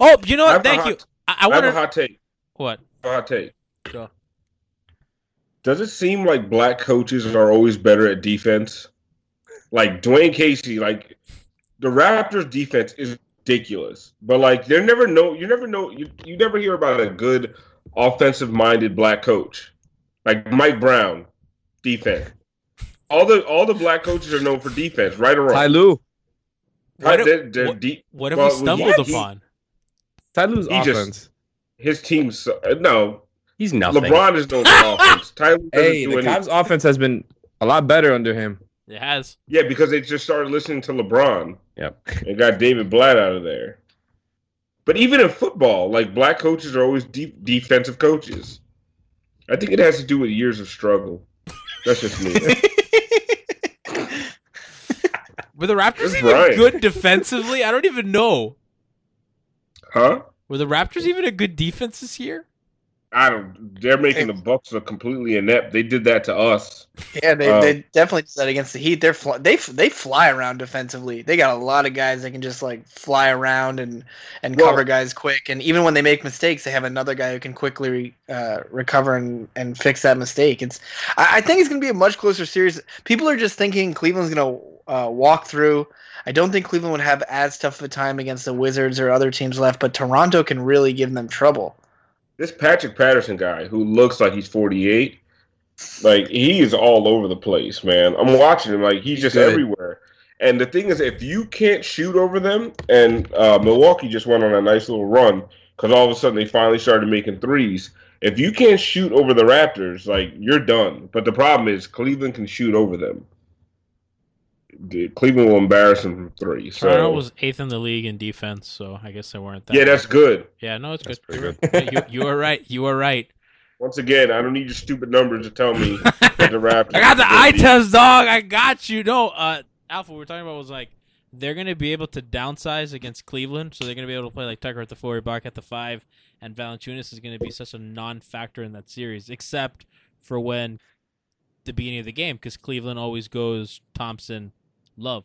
Speaker 5: Oh, you
Speaker 11: I
Speaker 5: know what?
Speaker 11: have a
Speaker 5: Thank
Speaker 11: hot-
Speaker 5: you. I, I
Speaker 11: have
Speaker 5: wanted.
Speaker 11: a hot take.
Speaker 5: What?
Speaker 11: A hot take.
Speaker 5: Go.
Speaker 11: Does it seem like black coaches are always better at defense? Like Dwayne Casey, like the Raptors defense is ridiculous. But like, there never know. You never know. You you never hear about a good offensive minded black coach, like Mike Brown, defense. All the all the black coaches are known for defense, right or wrong.
Speaker 8: Ty Lue.
Speaker 5: What if-
Speaker 11: they're- they're
Speaker 5: what-
Speaker 11: deep-
Speaker 5: what if
Speaker 11: well,
Speaker 5: we stumbled
Speaker 11: he-
Speaker 5: upon?
Speaker 8: Ty Lue's
Speaker 11: he just-
Speaker 8: offense.
Speaker 11: his team's so- uh, no.
Speaker 8: He's nothing.
Speaker 11: LeBron is known for offense. Ty Lue doesn't
Speaker 12: Hey,
Speaker 11: do
Speaker 12: the
Speaker 11: anything.
Speaker 12: Cavs' offense has been a lot better under him.
Speaker 5: It has.
Speaker 11: Yeah, because they just started listening to LeBron.
Speaker 8: Yep.
Speaker 11: And got David Blatt out of there. But even in football, like black coaches are always deep defensive coaches. I think it has to do with years of struggle. That's just me.
Speaker 5: Were the Raptors
Speaker 11: That's
Speaker 5: even
Speaker 11: right.
Speaker 5: good defensively? I don't even know.
Speaker 11: huh?
Speaker 5: Were the Raptors even a good defense this year?
Speaker 11: I don't. They're making the Bucks look completely inept. They did that to us.
Speaker 6: Yeah, they,
Speaker 11: Um,
Speaker 6: they definitely did that against the Heat. They're fly, they f- they fly around defensively. They got a lot of guys that can just like fly around and and cover guys quick. And even when they make mistakes, they have another guy who can quickly uh, recover and, and fix that mistake. It's I, I think it's going to be a much closer series. People are just thinking Cleveland's going to uh, walk through. I don't think Cleveland would have as tough of a time against the Wizards or other teams left, but Toronto can really give them trouble.
Speaker 11: This Patrick Patterson guy, who looks like he's forty-eight, like he is all over the place, man. I'm watching him; like he's just
Speaker 12: good.
Speaker 11: everywhere. And the thing is, if you can't shoot over them, and uh, Milwaukee just went on a nice little run because all of a sudden they finally started making threes. If you can't shoot over the Raptors, like you're done. But the problem is, Cleveland can shoot over them. The- Cleveland will embarrass them from three. So
Speaker 5: Toronto was eighth in the league in defense, so I guess they weren't that.
Speaker 11: yeah, that's good.
Speaker 5: Yeah, no, it's good.
Speaker 11: pretty
Speaker 5: You're- you, you are right. You are right.
Speaker 11: Once again, I don't need your stupid numbers to tell me that the Raptors.
Speaker 5: I got the eye test, dog. I got you. No, uh, Alpha, we were talking about was like they're gonna be able to downsize against Cleveland, so they're gonna be able to play like Tucker at the four, Ibaka at the five, and Valanciunas is gonna be such a non-factor in that series, except for when the beginning of the game, because Cleveland always goes Thompson, Love,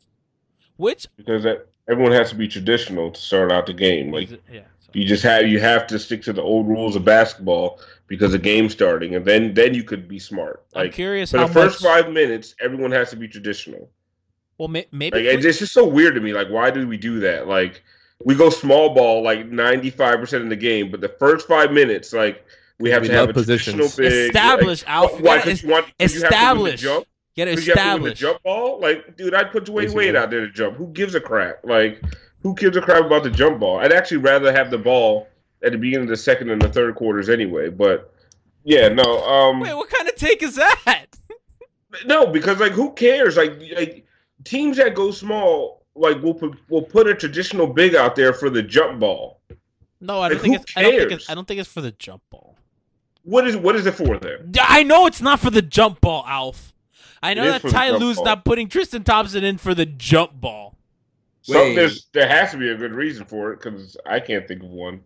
Speaker 5: which
Speaker 11: because that, everyone has to be traditional to start out the game. Like
Speaker 5: yeah.
Speaker 11: you just have you have to stick to the old rules of basketball because the game's starting, and then then you could be smart.
Speaker 5: I'm
Speaker 11: Like
Speaker 5: curious
Speaker 11: for
Speaker 5: how
Speaker 11: the first
Speaker 5: much-
Speaker 11: five minutes, everyone has to be traditional.
Speaker 5: Well, may- maybe
Speaker 11: Like it's
Speaker 5: Cle-
Speaker 11: just- it's just so weird to me. Like why did we do that? Like we go small ball like ninety five percent of the game, but the first five minutes, like we have
Speaker 12: We
Speaker 11: to have a
Speaker 12: love positions.
Speaker 11: traditional big
Speaker 5: Establish,
Speaker 11: like,
Speaker 5: Alf. You
Speaker 11: Why?
Speaker 5: gotta
Speaker 11: Because
Speaker 5: es-
Speaker 11: you want you have to win the
Speaker 5: establish.
Speaker 11: jump?
Speaker 5: Get
Speaker 11: Because you have to win the
Speaker 5: established.
Speaker 11: jump ball? Like, dude, I'd put Dwayne Wade out there to jump. Who gives a crap? Like, who gives a crap about the jump ball? I'd actually rather have the ball at the beginning of the second and the third quarters anyway. But yeah, no, um,
Speaker 5: Wait, what kind of take is that?
Speaker 11: no, because like, who cares? Like, like teams that go small, like, will put will put a traditional big out there for the jump ball.
Speaker 5: No, I don't
Speaker 11: Like,
Speaker 5: think
Speaker 11: who
Speaker 5: it's, I don't think
Speaker 11: cares?
Speaker 5: it's I don't think it's for the jump ball.
Speaker 11: What is what is it for there?
Speaker 5: I know it's not for the jump ball, Alf. I
Speaker 11: It
Speaker 5: know
Speaker 11: is
Speaker 5: that
Speaker 11: for the
Speaker 5: Ty
Speaker 11: jump
Speaker 5: Lue's
Speaker 11: ball.
Speaker 5: not putting Tristan Thompson in for the jump ball.
Speaker 11: So there's there has to be a good reason for it because I can't think of one.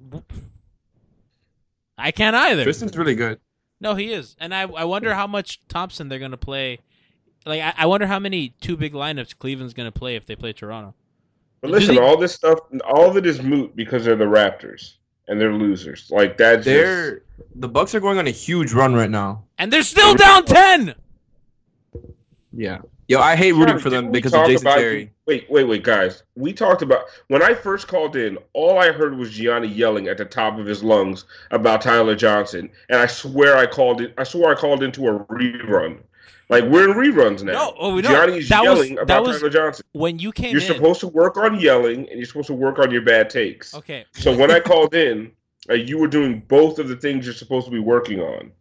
Speaker 5: I can't either.
Speaker 12: Tristan's really good.
Speaker 5: No, he is, and I I wonder how much Thompson they're gonna play. Like I, I wonder how many two big lineups Cleveland's gonna play if they play Toronto.
Speaker 11: But listen, all this stuff, all of it is moot because they're the Raptors and they're losers. Like that's
Speaker 7: They're the Bucks are going on a huge run right now.
Speaker 5: And they're still down ten.
Speaker 7: Yeah. Yo, I hate rooting for them because of Jason Terry.
Speaker 11: Wait, wait, wait, guys. We talked about when I first called in. All I heard was Gianni yelling at the top of his lungs about Tyler Johnson, and I swear I called it. I swear I called into a rerun. Like we're in reruns now.
Speaker 5: No, oh, no.
Speaker 11: Gianni is
Speaker 5: That was-
Speaker 11: yelling
Speaker 5: that
Speaker 11: about
Speaker 5: was-
Speaker 11: Tyler Johnson.
Speaker 5: When you came
Speaker 11: You're
Speaker 5: in,
Speaker 11: supposed to work on yelling, and you're supposed to work on your bad takes.
Speaker 5: okay.
Speaker 11: So when I called in, uh, you were doing both of the things you're supposed to be working on.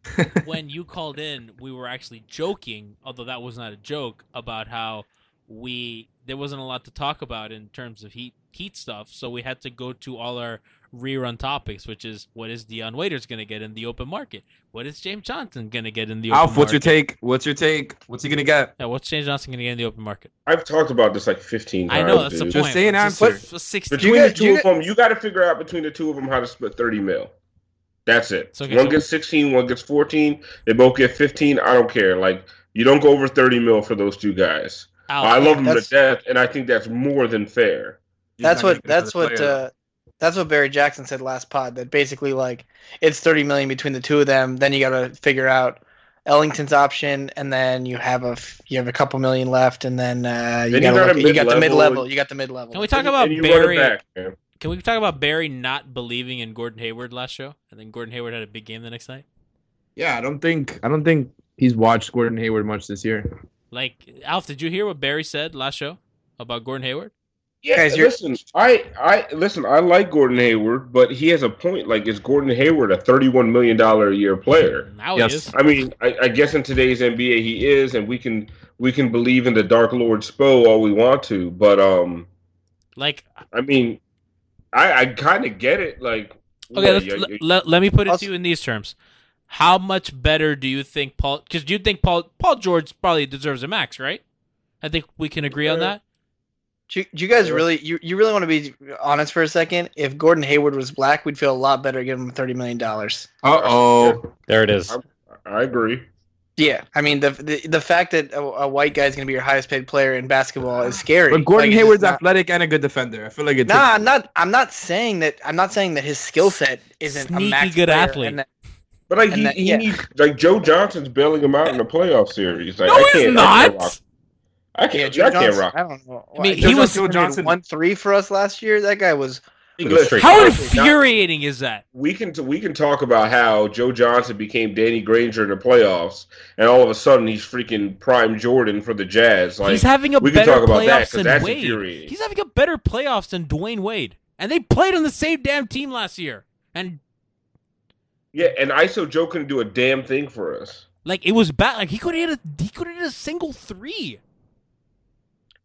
Speaker 5: when you called in, we were actually joking, although that was not a joke, about how we there wasn't a lot to talk about in terms of heat heat stuff, so we had to go to all our rerun topics, which is what is Deion Waiters going to get in the open market? What is James Johnson going to get in the open
Speaker 7: Alf, what's your
Speaker 5: market?
Speaker 7: take? What's your take? What's he gonna get?
Speaker 5: Yeah, what's James Johnson going to get in the open market?
Speaker 11: I've talked about this like 15
Speaker 5: I
Speaker 11: times.
Speaker 5: know that's the
Speaker 11: dude.
Speaker 5: point.
Speaker 7: Just say an
Speaker 5: It's
Speaker 7: answer.
Speaker 5: it's six-
Speaker 11: Between
Speaker 7: You
Speaker 11: the
Speaker 7: guys-
Speaker 11: two
Speaker 7: you
Speaker 11: of them, you got to figure out between the two of them how to split 30 mil. That's it.
Speaker 5: okay,
Speaker 11: one
Speaker 5: so-
Speaker 11: gets 16, one gets 14. They both get 15. I don't care. Like, you don't go over 30 mil for those two guys.
Speaker 5: Ow.
Speaker 11: I love them
Speaker 6: That's-
Speaker 11: to death, and I think that's more than fair.
Speaker 6: that's what that's what uh, that's what Barry Jackson said last pod that basically like it's 30 million between the two of them then you got to figure out Ellington's option and then you have a f- you have a couple million left and then uh, you,
Speaker 11: Then you
Speaker 6: gotta
Speaker 11: got
Speaker 6: look
Speaker 11: a
Speaker 6: at- you got
Speaker 11: mid-level.
Speaker 6: the mid level you got the mid level
Speaker 5: Can we talk about
Speaker 11: and you run it
Speaker 5: Barry?
Speaker 11: back, man.
Speaker 5: Can we talk about Barry not believing in Gordon Hayward last show, and then Gordon Hayward had a big game the next night?
Speaker 12: Yeah, I don't think I don't think he's watched Gordon Hayward much this year.
Speaker 5: Like Alf, did you hear what Barry said last show about Gordon Hayward?
Speaker 11: Yeah, listen, I, I listen, I like Gordon Hayward, but he has a point. Like, is Gordon Hayward a thirty-one million dollar a year player?
Speaker 5: Now he Yes. is.
Speaker 11: I mean, I, I guess in today's NBA he is, and we can we can believe in the Dark Lord Spo all we want to, but um,
Speaker 5: Like,
Speaker 11: I mean, I I kind of get it. Like,
Speaker 5: okay,
Speaker 12: Oh,
Speaker 11: yeah,
Speaker 5: let's,
Speaker 11: yeah, yeah.
Speaker 5: let, let, let me put it to you in these terms. How much better do you think Paul? Because you think Paul Paul George probably deserves a max, right? I think we can agree on that.
Speaker 6: Do you, do you guys really you, you really want to be honest for a second? If Gordon Hayward was black, we'd feel a lot better giving him thirty million dollars.
Speaker 12: Uh oh, there it is.
Speaker 11: I, I agree.
Speaker 6: Yeah, I mean the the, the fact that a, a white guy is going to be your highest paid player in basketball is scary.
Speaker 12: But Gordon
Speaker 6: Like, it's
Speaker 12: Hayward's
Speaker 6: not-
Speaker 12: athletic and a good defender. I feel like it's
Speaker 6: Nah, I'm not. I'm not saying that. I'm not saying that his skill set isn't a max player and that-
Speaker 11: But like he,
Speaker 6: And that-
Speaker 11: he
Speaker 6: yeah.
Speaker 11: needs like Joe Johnson's bailing him out in the playoff series. Like,
Speaker 6: No,
Speaker 11: I
Speaker 6: he's
Speaker 11: can't, I can't
Speaker 6: not.
Speaker 11: rock- I can't.
Speaker 6: Yeah, Joe
Speaker 11: I can't
Speaker 6: Johnson-
Speaker 11: rock.
Speaker 6: I don't know.
Speaker 5: I mean,
Speaker 6: Joe
Speaker 5: he was-
Speaker 6: Johnson
Speaker 5: Joe
Speaker 6: made
Speaker 5: Johnson-
Speaker 6: one three for us last year. That guy was.
Speaker 5: How infuriating is that?
Speaker 11: We can we can talk about how Joe Johnson became Danny Granger in the playoffs, and all of a sudden he's freaking prime Jordan for the Jazz. Like
Speaker 5: He's having a
Speaker 11: we
Speaker 5: better
Speaker 11: can talk about that
Speaker 5: playoffs than
Speaker 11: that's
Speaker 5: Wade.
Speaker 11: infuriating.
Speaker 5: He's having a better playoffs than Dwayne Wade, and they played on the same damn team last year. And
Speaker 11: yeah, and ISO Joe couldn't do a damn thing for us.
Speaker 5: like it was bad. Like he could have hit a he could have hit a single three.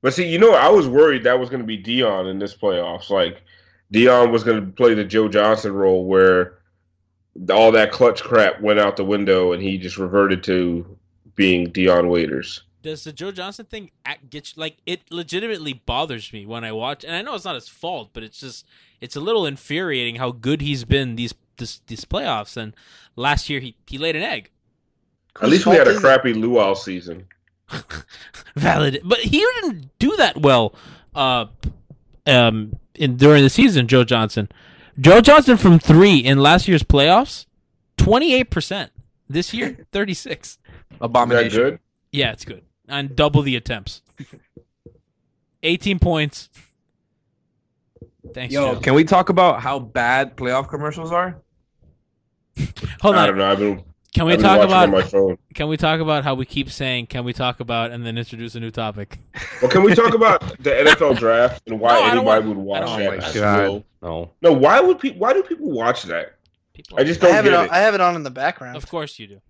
Speaker 11: But see, you know, I was worried that was going to be Dion in this playoffs. Like Dion was going to play the Joe Johnson role, where all that clutch crap went out the window, and he just reverted to being Dion Waiters.
Speaker 5: Does the Joe Johnson thing act, get you, like it? Legitimately bothers me when I watch, and I know it's not his fault, but it's just it's a little infuriating how good he's been these this, these playoffs. And last year he he laid an egg.
Speaker 11: At least we had a
Speaker 5: Who's
Speaker 11: crappy luau season.
Speaker 5: valid, but he didn't do that well. Uh, um, in during the season, Joe Johnson, Joe Johnson from three in last year's playoffs, twenty eight percent. This year, thirty six.
Speaker 12: Abomination.
Speaker 11: good?
Speaker 5: Yeah, it's good, and double the attempts. Eighteen points. Thanks,
Speaker 12: Yo,
Speaker 5: Joe.
Speaker 12: can we talk about how bad playoff commercials are?
Speaker 5: Hold
Speaker 11: I
Speaker 5: on.
Speaker 11: don't know. I've been.
Speaker 5: Can we
Speaker 11: I've been
Speaker 5: talk
Speaker 11: watching
Speaker 5: about
Speaker 11: on my phone?
Speaker 5: Can we talk about how we keep saying? Can we talk about and then introduce a new topic?
Speaker 11: Well, can we talk about the NFL draft and why
Speaker 5: No, I don't
Speaker 11: anybody would
Speaker 5: want-
Speaker 11: watch
Speaker 5: I
Speaker 11: that?
Speaker 5: don't-
Speaker 11: I
Speaker 5: Oh my
Speaker 11: still-
Speaker 8: No.
Speaker 11: No, why would people? Why do people watch that? I just
Speaker 6: I
Speaker 11: don't
Speaker 6: have
Speaker 11: get
Speaker 6: it.
Speaker 11: it.
Speaker 6: On, I have it on in the background.
Speaker 5: Of course you do.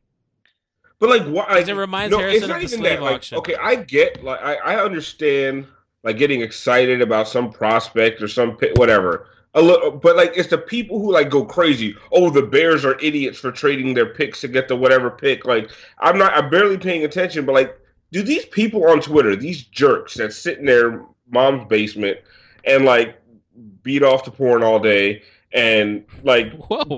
Speaker 11: But like, why? Like,
Speaker 5: it reminds
Speaker 11: no,
Speaker 5: Harrison
Speaker 11: it's not
Speaker 5: of the
Speaker 11: even
Speaker 5: slave
Speaker 11: that. Like,
Speaker 5: auction.
Speaker 11: okay, I get. Like, I, I understand. Like getting excited about some prospect or some pi- whatever. A little, but like, it's the people who like go crazy. Oh, the Bears are idiots for trading their picks to get the whatever pick. Like, I'm not. I'm barely paying attention. But like, do these people on Twitter, these jerks that sit in their mom's basement and like beat off to porn all day and like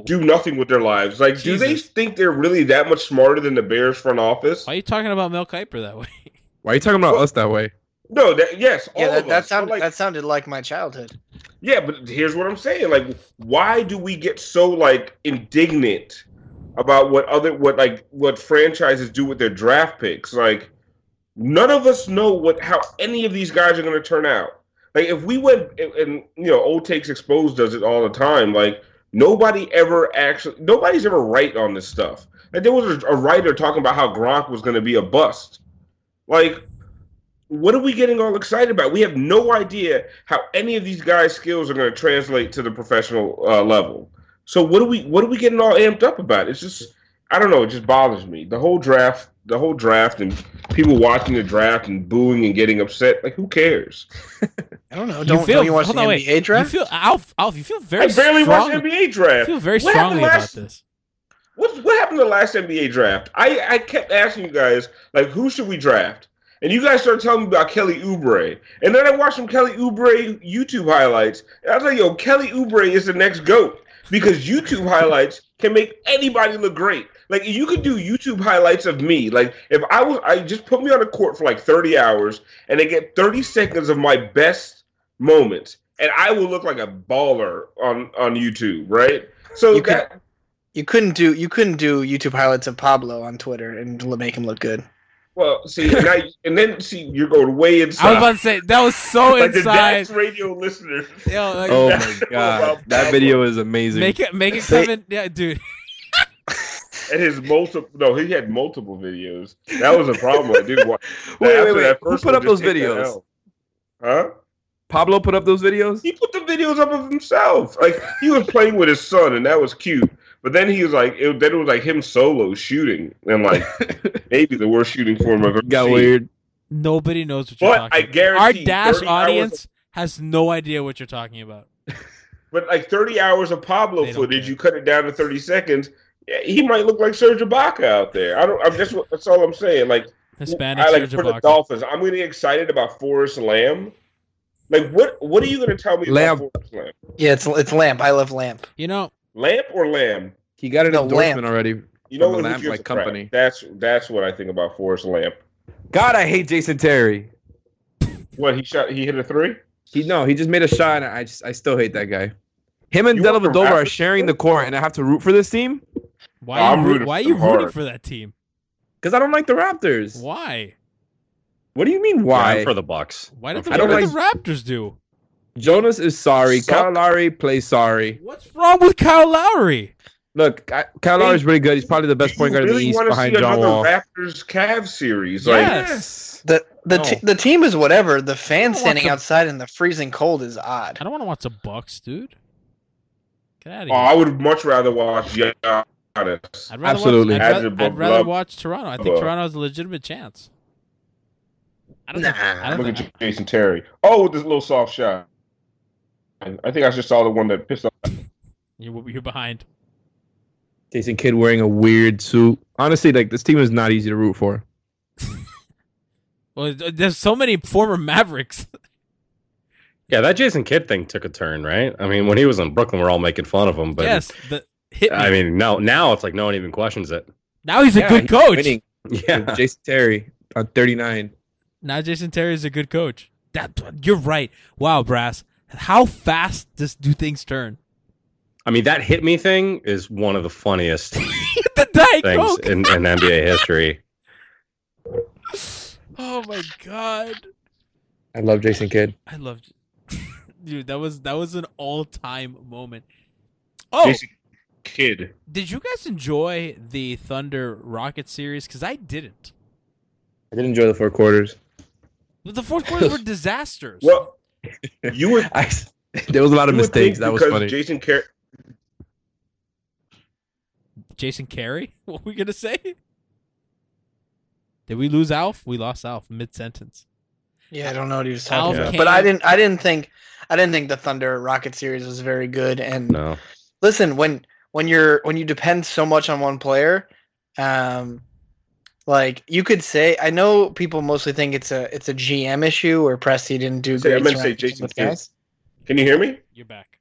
Speaker 11: do nothing with their lives. Like, do they think they're really that much smarter than the Bears front office?
Speaker 5: Why are you talking about Mel Kiper that way?
Speaker 12: Why are you talking about us that way?
Speaker 11: No, that, yes, all
Speaker 6: Yeah, that,
Speaker 11: of
Speaker 6: that
Speaker 11: us. But,
Speaker 6: sounded
Speaker 11: like,
Speaker 6: that sounded like my childhood.
Speaker 11: yeah, but here's what I'm saying. Like, why do we get so like indignant about what other what like what franchises do with their draft picks? Like, none of us know what how any of these guys are going to turn out. Like, if we went and, and you know, old takes exposed does it all the time. Like, nobody ever actually nobody's ever right on this stuff. Like, there was a, a writer talking about how Gronk was going to be a bust. Like, what are we getting all excited about? We have no idea how any of these guys' skills are going to translate to the professional uh, level. So what are we what are we getting all amped up about? It's just I don't know. It just bothers me. The whole draft, the whole draft, and people watching the draft and booing and getting upset. Like who cares?
Speaker 6: I don't know.
Speaker 11: You
Speaker 6: Don't,
Speaker 11: feel-
Speaker 6: don't you watch
Speaker 11: hold
Speaker 6: the
Speaker 11: on, wait.
Speaker 6: NBA draft?
Speaker 5: You feel Alf, Alf, you feel very
Speaker 11: I barely
Speaker 5: strong-
Speaker 11: watched NBA draft.
Speaker 5: I feel very
Speaker 11: What happened
Speaker 5: strongly about
Speaker 11: last-
Speaker 5: this.
Speaker 11: What what happened to the last NBA draft? I, I kept asking you guys like who should we draft, and you guys started telling me about Kelly Oubre, and then I watched some Kelly Oubre YouTube highlights, and I was like, yo, Kelly Oubre is the next goat because YouTube highlights can make anybody look great. Like you could do YouTube highlights of me. Like if I was, I just put me on a court for like thirty hours, and they get thirty seconds of my best moments, and I will look like a baller on on YouTube, right? So
Speaker 6: You could-
Speaker 11: that.
Speaker 6: You couldn't do you couldn't do YouTube highlights of Pablo on Twitter and l- make him look good.
Speaker 11: Well, see, and, I, and then see, you're going way inside.
Speaker 5: I was about to say that was so
Speaker 11: like
Speaker 5: inside.
Speaker 11: The Dax radio listeners.
Speaker 5: Yo, like,
Speaker 12: Oh my god, that video is amazing.
Speaker 5: Make it, make it,
Speaker 11: They-
Speaker 5: Kevin. Yeah, dude.
Speaker 11: And his multiple. No, he had multiple videos. That was a problem. I did watch.
Speaker 12: Wait,
Speaker 11: After
Speaker 12: wait, wait.
Speaker 11: that
Speaker 12: Who
Speaker 11: first
Speaker 12: put
Speaker 11: one,
Speaker 12: up those
Speaker 11: just take that
Speaker 12: videos?
Speaker 11: L. Huh?
Speaker 12: Pablo put up those videos.
Speaker 11: He put the videos up of himself. Like he was playing with his son, and that was cute. But then he was like, it, then it was like him solo shooting, and like maybe the worst shooting form I've ever
Speaker 12: Got
Speaker 11: seen.
Speaker 12: weird.
Speaker 5: Nobody knows what you're
Speaker 11: But I
Speaker 5: talking.
Speaker 11: guarantee
Speaker 5: Our dash
Speaker 11: 30 hours
Speaker 5: audience has no idea what you're talking about.
Speaker 11: But like 30 hours of Pablo footage, you cut it down to 30 seconds. Yeah, he might look like Serge Ibaka out there. I don't. I'm just. That's all I'm saying. Like
Speaker 5: Hispanic
Speaker 11: I like
Speaker 5: Serge
Speaker 11: for the
Speaker 5: Ibaka.
Speaker 11: Dolphins. I'm getting excited about Forrest Lamb. Like what? What are you going to tell me
Speaker 6: Lamb.
Speaker 11: about Forrest Lamb?
Speaker 6: Yeah, it's it's Lamp. I love Lamp.
Speaker 5: You know,
Speaker 11: Lamp or Lamb?
Speaker 12: He got an
Speaker 6: No,
Speaker 12: endorsement
Speaker 6: Lamp.
Speaker 12: already.
Speaker 11: You know
Speaker 12: from
Speaker 11: what?
Speaker 12: the Lamp like company.
Speaker 11: That's that's what I think about Forrest Lamb.
Speaker 12: God, I hate Jason Terry.
Speaker 11: What he shot? He hit a three.
Speaker 12: He no, he just made a shot. And I just, I still hate that guy. Him and
Speaker 11: You want the
Speaker 12: Dellavedova are
Speaker 11: Raptors?
Speaker 12: sharing the court, and I have to root for this team
Speaker 5: Why are
Speaker 12: I'm
Speaker 5: you, root-
Speaker 12: rooting
Speaker 5: why are
Speaker 12: for
Speaker 5: you
Speaker 12: them
Speaker 5: rooting
Speaker 12: hard.
Speaker 5: for that team?
Speaker 12: because I don't like the Raptors.
Speaker 5: Why?
Speaker 12: What do you mean?
Speaker 8: Why
Speaker 12: Why?
Speaker 8: for the Bucks?
Speaker 5: Why did the,
Speaker 12: I don't
Speaker 5: what did
Speaker 12: like
Speaker 5: the Raptors do?
Speaker 12: Jonas is sorry. Kyle Lowry plays sorry.
Speaker 5: What's wrong with Kyle Lowry?
Speaker 12: Look, Ky- Kyle Lowry's really good. He's probably the best point
Speaker 11: You
Speaker 12: guard
Speaker 11: really
Speaker 12: in the East
Speaker 11: want to see
Speaker 12: behind John
Speaker 11: another
Speaker 12: Wall.
Speaker 11: Raptors Cavs series? Like
Speaker 5: Yes.
Speaker 6: The the t- the team is whatever. The fan
Speaker 5: want
Speaker 6: standing
Speaker 5: the-
Speaker 6: outside in the freezing cold is odd.
Speaker 5: I don't want to watch the Bucks, dude. Get out of
Speaker 11: Oh,
Speaker 5: here.
Speaker 11: I would much rather watch Giannis.
Speaker 5: I'd rather Watch, I'd, rather, I'd rather watch Toronto. I think Toronto has a legitimate chance. I don't know. I don't
Speaker 11: Look
Speaker 5: think,
Speaker 11: at Jason Terry. Oh, with this little soft shot. I think I just saw the one that pissed off.
Speaker 5: you're, you're behind.
Speaker 12: Jason Kidd wearing a weird suit. Honestly, like this team is not easy to root for.
Speaker 5: Well, th- there's so many former Mavericks.
Speaker 8: Yeah, that Jason Kidd thing took a turn, right? I mean, when he was in Brooklyn, we're all making fun of him, but
Speaker 5: yes, the, hit me.
Speaker 8: I mean, now now it's like no one even questions it.
Speaker 5: now he's a
Speaker 12: Yeah,
Speaker 5: good
Speaker 12: he's
Speaker 5: coach.
Speaker 12: winning.
Speaker 8: Yeah.
Speaker 12: Jason Terry on 39.
Speaker 5: Now Jason Terry is a good coach. That you're right. Wow, Brass, how fast does do things turn?
Speaker 8: I mean, that hit me thing is one of the funniest
Speaker 5: The Diet
Speaker 8: things
Speaker 5: Coke.
Speaker 8: in, in NBA history.
Speaker 5: Oh my god,
Speaker 12: I love Jason Kidd.
Speaker 5: I loved it. dude. That was that was an all time moment. Oh,
Speaker 11: Jason Kidd.
Speaker 5: did you guys enjoy the Thunder Rocket series? Because I didn't.
Speaker 12: I did enjoy the four quarters.
Speaker 5: The fourth quarters were disasters.
Speaker 11: Well, you would.
Speaker 12: I, there was a lot of
Speaker 11: you would
Speaker 12: mistakes.
Speaker 11: think
Speaker 12: That was
Speaker 11: because
Speaker 12: funny.
Speaker 11: Jason Car-
Speaker 5: Jason Carey? What were we gonna say? Did we lose Alf? We lost Alf mid sentence.
Speaker 6: Yeah, I don't know what he was
Speaker 5: Al
Speaker 6: talking about.
Speaker 5: Kane-
Speaker 6: But I didn't I didn't think I didn't think the Thunder Rocket series was very good and
Speaker 8: No.
Speaker 6: listen, when when you're when you depend so much on one player, um like you could say I know people mostly think it's a it's a GM issue or Presti didn't do
Speaker 11: Say, I
Speaker 6: great
Speaker 11: meant to say
Speaker 6: surroundings
Speaker 11: Jason
Speaker 6: with
Speaker 11: Kidd.
Speaker 6: guys.
Speaker 11: Can you hear me?
Speaker 5: You're back.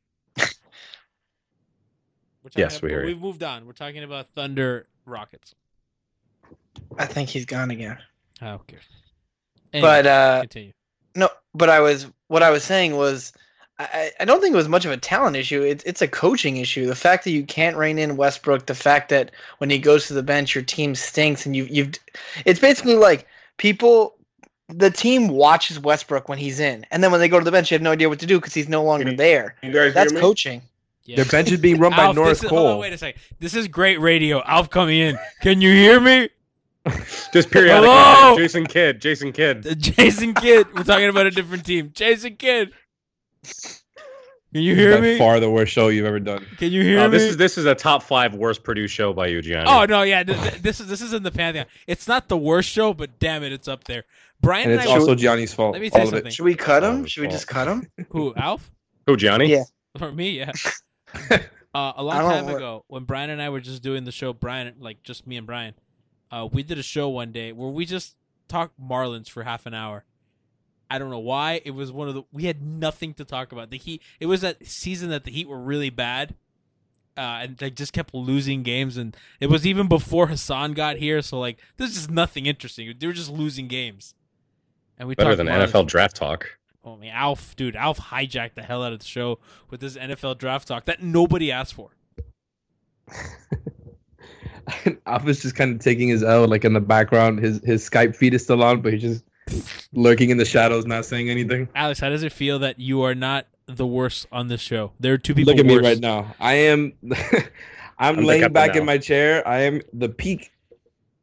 Speaker 5: We're
Speaker 8: Yes, we hear you.
Speaker 5: We've moved on. We're talking about Thunder Rockets.
Speaker 6: I think he's gone again.
Speaker 5: Oh, okay.
Speaker 6: But, uh,
Speaker 5: continue.
Speaker 6: No, but I was what I was saying was I- I, I don't think it was much of a talent issue. It's it's a coaching issue. The fact that you can't rein in Westbrook, the fact that when he goes to the bench, your team stinks, and you you've it's basically like people. The team watches Westbrook when he's in, and then when they go to the bench, they have no idea what to do because he's no longer there.
Speaker 11: You guys
Speaker 6: That's
Speaker 11: hear me?
Speaker 6: coaching.
Speaker 12: Their bench is being run by
Speaker 5: Alf, this
Speaker 12: Norris
Speaker 5: is- hold on,
Speaker 12: Cole.
Speaker 5: wait a second. This is great radio. Alf coming in. Can you hear me?
Speaker 8: Just periodically.
Speaker 5: Hello?
Speaker 8: Jason Kidd, Jason Kidd.
Speaker 5: Uh, Jason Kidd. We're talking about a different team. Jason Kidd. Can you hear
Speaker 12: By
Speaker 5: me?
Speaker 12: Far Oh, the worst show you've ever done.
Speaker 5: Can you hear
Speaker 8: Uh,
Speaker 5: me?
Speaker 8: this is this is a top five worst produced show by you, Gianni.
Speaker 5: Oh no, yeah, th- th- this is this is in the pantheon. It's not the worst show, but damn it, it's up there. Brian
Speaker 12: And
Speaker 5: and,
Speaker 12: it's
Speaker 5: I
Speaker 12: also Gianni's fault.
Speaker 5: Let me tell
Speaker 12: All
Speaker 5: you
Speaker 12: of it.
Speaker 5: something.
Speaker 6: Should we cut
Speaker 11: Oh,
Speaker 6: him?
Speaker 8: his
Speaker 6: Should we
Speaker 8: fault.
Speaker 6: just cut him?
Speaker 5: Who Alf
Speaker 8: Who, Gianni?
Speaker 6: Yeah.
Speaker 5: or me? Yeah. Uh, a long
Speaker 6: I don't
Speaker 5: time
Speaker 6: know what-
Speaker 5: ago, when Brian and I were just doing the show, Brian, like just me and Brian, uh, we did a show one day where we just talked Marlins for half an hour. I don't know why it was one of the we had nothing to talk about. The Heat. It was that season that the Heat were really bad. Uh, and they just kept losing games, and it was even before Hassan got here. So like, there's just nothing interesting. They were just losing games, and we
Speaker 8: Better
Speaker 5: talked
Speaker 8: than
Speaker 5: Marlins
Speaker 8: NFL draft talk.
Speaker 5: Oh man, Alf, dude, Alf hijacked the hell out of the show with this NFL draft talk that nobody asked for.
Speaker 7: Alpha's just kind of taking his L, like in the background. His his Skype feed is still on, but he's just lurking in the shadows, not saying anything.
Speaker 5: Alex, how does it feel that you are not the worst on this show? There are two people.
Speaker 7: Look at me
Speaker 5: worse.
Speaker 7: right now. I am. I'm,
Speaker 5: I'm
Speaker 7: laying
Speaker 5: decappa
Speaker 7: back
Speaker 5: now.
Speaker 7: in my chair. I am the peak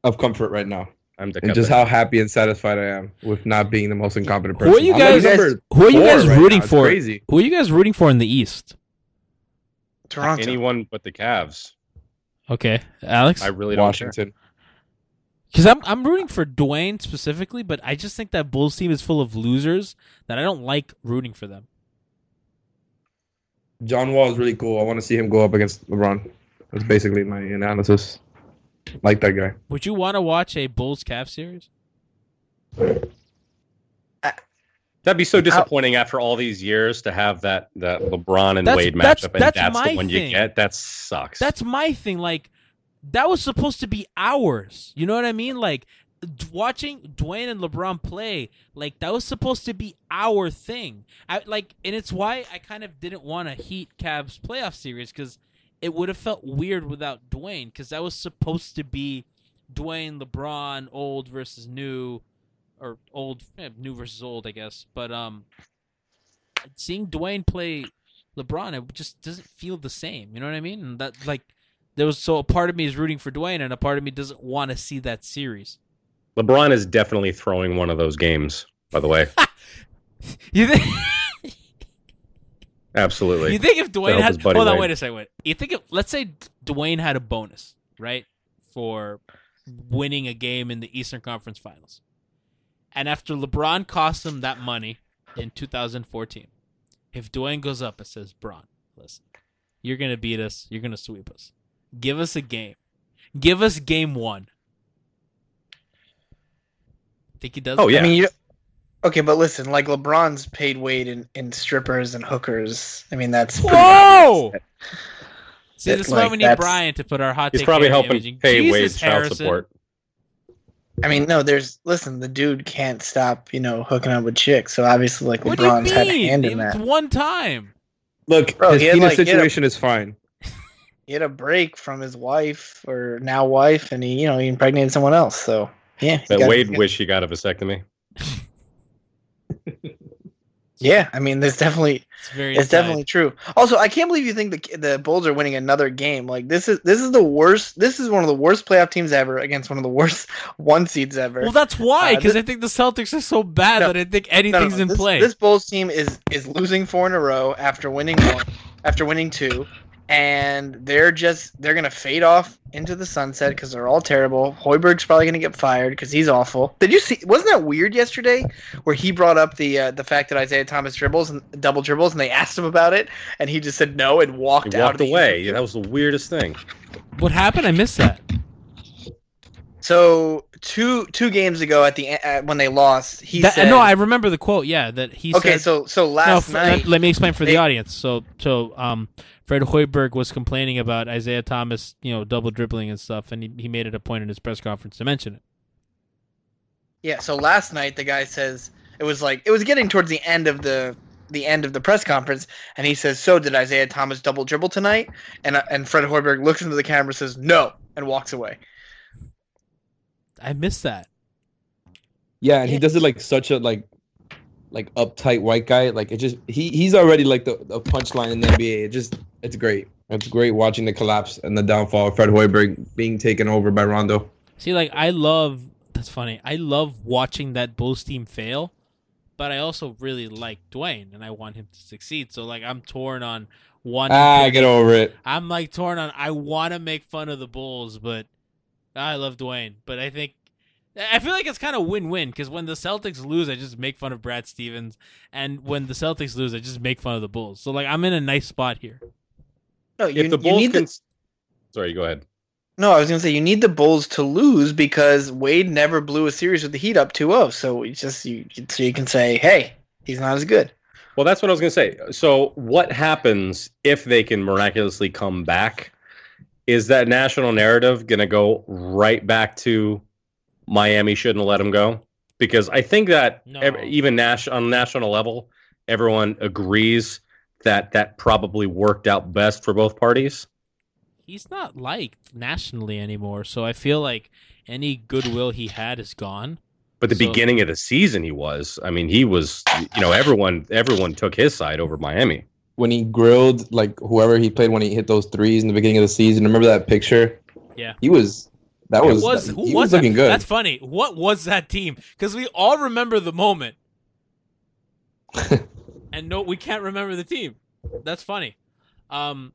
Speaker 7: of comfort right now.
Speaker 8: I'm
Speaker 7: and just how happy and satisfied I am with not being the most incompetent person.
Speaker 5: Who are you
Speaker 7: I'm
Speaker 5: guys?
Speaker 7: number
Speaker 5: Who are you
Speaker 7: four
Speaker 5: guys
Speaker 7: right
Speaker 5: rooting
Speaker 7: now. It's
Speaker 5: for?
Speaker 7: Crazy.
Speaker 5: Who are you guys rooting for in the East?
Speaker 8: Toronto. Anyone but the Cavs.
Speaker 5: Okay, Alex.
Speaker 8: I really don't care.
Speaker 7: Washington.
Speaker 5: Because I'm I'm rooting for Dwayne specifically, but I just think that Bulls team is full of losers that I don't like rooting for them.
Speaker 7: John Wall is really cool. I want to see him go up against LeBron. That's basically my analysis. Like that guy.
Speaker 5: Would you want to watch a Bulls Cavs series?
Speaker 8: That'd be so disappointing after all these years to have that that LeBron and
Speaker 5: That's-
Speaker 8: Wade
Speaker 5: that's-
Speaker 8: matchup, and
Speaker 5: that's
Speaker 8: that's,
Speaker 5: my
Speaker 8: the one
Speaker 5: thing.
Speaker 8: you get. That sucks.
Speaker 5: That's my thing. Like that was supposed to be ours. You know what I mean? Like d- watching Dwayne and LeBron play, like that was supposed to be our thing. I like, and it's why I kind of didn't want a Heat Cavs playoff series because it would have felt weird without Dwayne because that was supposed to be Dwayne LeBron old versus new, or old eh, new versus old, I guess. But um, seeing Dwayne play LeBron, it just doesn't feel the same. You know what I mean? And that like there was so a part of me is rooting for Dwayne and a part of me doesn't want to see that series.
Speaker 8: LeBron is definitely throwing one of those games. By the way,
Speaker 5: You think
Speaker 8: absolutely.
Speaker 5: you think if
Speaker 8: To
Speaker 5: Dwayne
Speaker 8: help
Speaker 5: had
Speaker 8: his buddy
Speaker 5: hold on
Speaker 8: Wade.
Speaker 5: wait a second wait you think if let's say Dwayne had a bonus right for winning a game in the Eastern Conference Finals, and after LeBron cost him that money in 2014, if Dwayne goes up and says Bron, listen, you're gonna beat us, you're gonna sweep us, give us a game, give us game one. Think he does?
Speaker 8: Oh,
Speaker 5: it?
Speaker 6: I mean, you. Okay, but listen, like LeBron's paid Wade in, in strippers and hookers. I mean, that's pretty
Speaker 5: Whoa! See,
Speaker 6: That,
Speaker 5: this is
Speaker 6: like,
Speaker 5: why we need
Speaker 6: that's-
Speaker 5: Brian to put our hot.
Speaker 8: He's
Speaker 5: take
Speaker 8: probably
Speaker 5: area
Speaker 8: helping
Speaker 5: imaging.
Speaker 8: pay
Speaker 5: Jesus,
Speaker 8: Wade's child
Speaker 5: Harrison.
Speaker 8: support.
Speaker 6: I mean, no, there's listen, the dude can't stop, you know, hooking up with chicks. So obviously, like
Speaker 5: What do you
Speaker 6: LeBron's had a
Speaker 5: mean?
Speaker 6: hand
Speaker 5: It
Speaker 6: in
Speaker 5: was
Speaker 6: that.
Speaker 5: one time.
Speaker 7: Look,
Speaker 6: Bro,
Speaker 7: his
Speaker 6: he had,
Speaker 7: penis
Speaker 6: like, he had a-
Speaker 7: situation is fine.
Speaker 6: He had a break from his wife or now wife, and he, you know, he impregnated someone else. So yeah, he
Speaker 8: That
Speaker 6: got-
Speaker 8: Wade wish he got a vasectomy.
Speaker 6: Yeah, I mean, there's definitely
Speaker 5: it's,
Speaker 8: very inside.
Speaker 6: definitely true. Also, I can't believe you think the the Bulls are winning another game. Like this is this is the worst. This is one of the worst playoff teams ever against one of the worst one seeds ever.
Speaker 5: Well, that's why,
Speaker 6: Uh,
Speaker 5: because
Speaker 6: thi-
Speaker 5: I think the Celtics are so bad
Speaker 6: No,
Speaker 5: that I think
Speaker 6: no, no,
Speaker 5: anything's in
Speaker 6: this-
Speaker 5: play.
Speaker 6: This Bulls team is is losing four in a row after winning one, after winning two, and they're just they're gonna fade off into the sunset because they're all terrible. Hoiberg's probably gonna get fired because he's awful. Did you see? Wasn't that weird yesterday where he brought up the uh, the fact that Isaiah Thomas dribbles and double dribbles, and they asked him about it, and he just said no and walked, out.
Speaker 8: He
Speaker 6: of
Speaker 8: walked
Speaker 6: the
Speaker 8: away. Yeah, that was the weirdest thing.
Speaker 5: What happened? I missed that.
Speaker 6: So two two games ago at the uh, when they lost, he
Speaker 5: That-
Speaker 6: said
Speaker 5: no, I remember the quote. Yeah, that he
Speaker 6: Okay,
Speaker 5: said.
Speaker 6: so- so
Speaker 5: No,
Speaker 6: last
Speaker 5: f-
Speaker 6: night,
Speaker 5: let, let me explain for the
Speaker 6: they-
Speaker 5: audience. So, so um, Fred Hoiberg was complaining about Isaiah Thomas, you know, double dribbling and stuff, and he, he made it a point in his press conference to mention it.
Speaker 6: Yeah, so last night the guy says it was like it was getting towards the end of the the end of the press conference, and he says, "So did Isaiah Thomas double dribble tonight?" And uh, and Fred Hoiberg looks into the camera, says, "No," and walks away.
Speaker 5: I missed that.
Speaker 7: Yeah, and he does it like such a like like uptight white guy. Like it just he he's already like the, the punchline in the NBA. It just it's great. It's great watching the collapse and the downfall of Fred Hoiberg being taken over by Rondo.
Speaker 5: See, like I love that's funny. I love watching that Bulls team fail, but I also really like Dwayne and I want him to succeed. So like I'm torn on one.
Speaker 7: Ah, get over it.
Speaker 5: I'm like torn on. I want to make fun of the Bulls, but I love Dwayne. But I think I feel like it's kind of win-win because when the Celtics lose, I just make fun of Brad Stevens, and when the Celtics lose, I just make fun of the Bulls. So like I'm in a nice spot here.
Speaker 6: No, you,
Speaker 8: if the
Speaker 6: you
Speaker 8: Bulls
Speaker 6: need
Speaker 8: can,
Speaker 6: the,
Speaker 8: sorry, go ahead.
Speaker 6: no. I was gonna say you need the Bulls to lose because Wade never blew a series with the Heat up 2-0. So it's just you so you can say, "Hey, he's not as good."
Speaker 8: Well, that's what I was going to say. So, what happens if they can miraculously come back? Is that national narrative going to go right back to Miami shouldn't have let him go? Because I think that ev- even Nash on national level, everyone agrees that that probably worked out best for both parties.
Speaker 5: he's not liked nationally anymore. So I feel like any goodwill he had is gone.
Speaker 8: But the
Speaker 5: So-
Speaker 8: beginning of the season, he was. I mean, he was. You know, everyone everyone took his side over Miami.
Speaker 7: when he grilled like whoever he played when he hit those threes in the beginning of the season. Remember that picture?
Speaker 5: Yeah.
Speaker 7: He was. That
Speaker 5: It
Speaker 7: was.
Speaker 5: was-
Speaker 7: he
Speaker 5: who
Speaker 7: was,
Speaker 5: was that?
Speaker 7: looking good.
Speaker 5: That's funny. What was that team? Because we all remember the moment, and no, we can't remember the team. That's funny. Um,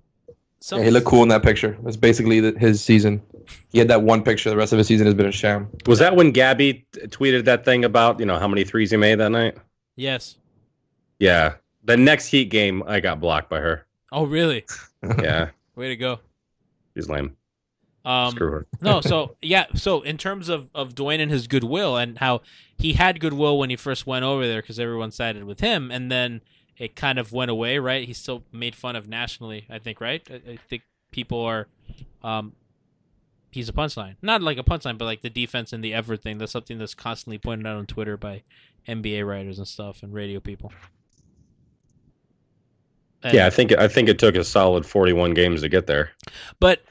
Speaker 5: some,
Speaker 7: Yeah, he looked cool in that picture. That's basically the, his season. He had that one picture. The rest of his season has been a sham.
Speaker 8: Was that when Gabby t- tweeted that thing about you know how many threes he made that night?
Speaker 5: Yes.
Speaker 8: Yeah. The next Heat game, I got blocked by her.
Speaker 5: Oh, really?
Speaker 8: Yeah,
Speaker 5: Way to go.
Speaker 8: she's lame.
Speaker 5: Um,
Speaker 8: Screw her.
Speaker 5: no, so yeah, so in terms of of Dwayne and his goodwill and how he had goodwill when he first went over there because everyone sided with him, and then it kind of went away, right? He still made fun of nationally, I think, right? I, I think people are, um, he's a punchline, not like a punchline, but like the defense and the effort thing. That's something that's constantly pointed out on Twitter by NBA writers and stuff and radio people. And-
Speaker 8: Yeah, I think I think it took a solid forty-one games to get there.
Speaker 5: but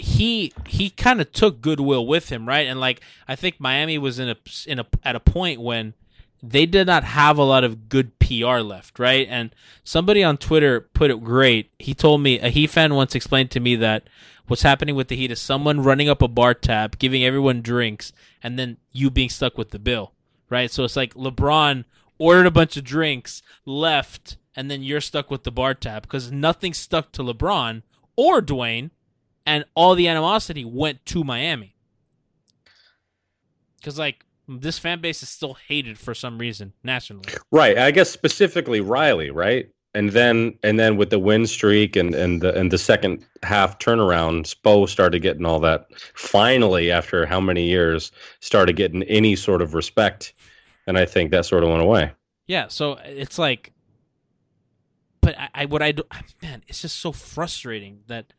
Speaker 5: he he kind of took goodwill with him, right? And like I think Miami was in a in a at a point when they did not have a lot of good PR left, right? And somebody on Twitter put it great. He told me a Heat fan once explained to me that what's happening with the Heat is someone running up a bar tab, giving everyone drinks, and then you being stuck with the bill, right? So it's like LeBron ordered a bunch of drinks, left, and then you're stuck with the bar tab because nothing stuck to LeBron or Dwayne, and all the animosity went to Miami. Because like this fan base is still hated for some reason nationally.
Speaker 8: Right. I guess specifically Riley, right? And then and then with the win streak and and the and the second half turnaround, Spo started getting all that finally after how many years started getting any sort of respect. And I think that sort of went away.
Speaker 5: Yeah, so it's like, but I, I what I do, man, it's just so frustrating that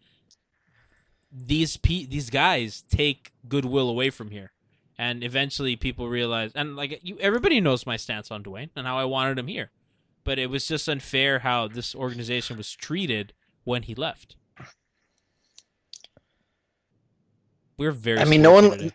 Speaker 5: these pe- these guys take goodwill away from here, and eventually people realize, and like you, everybody knows my stance on Dwayne and how I wanted him here, but it was just unfair how this organization was treated when he left. We're very.
Speaker 6: I mean, no one.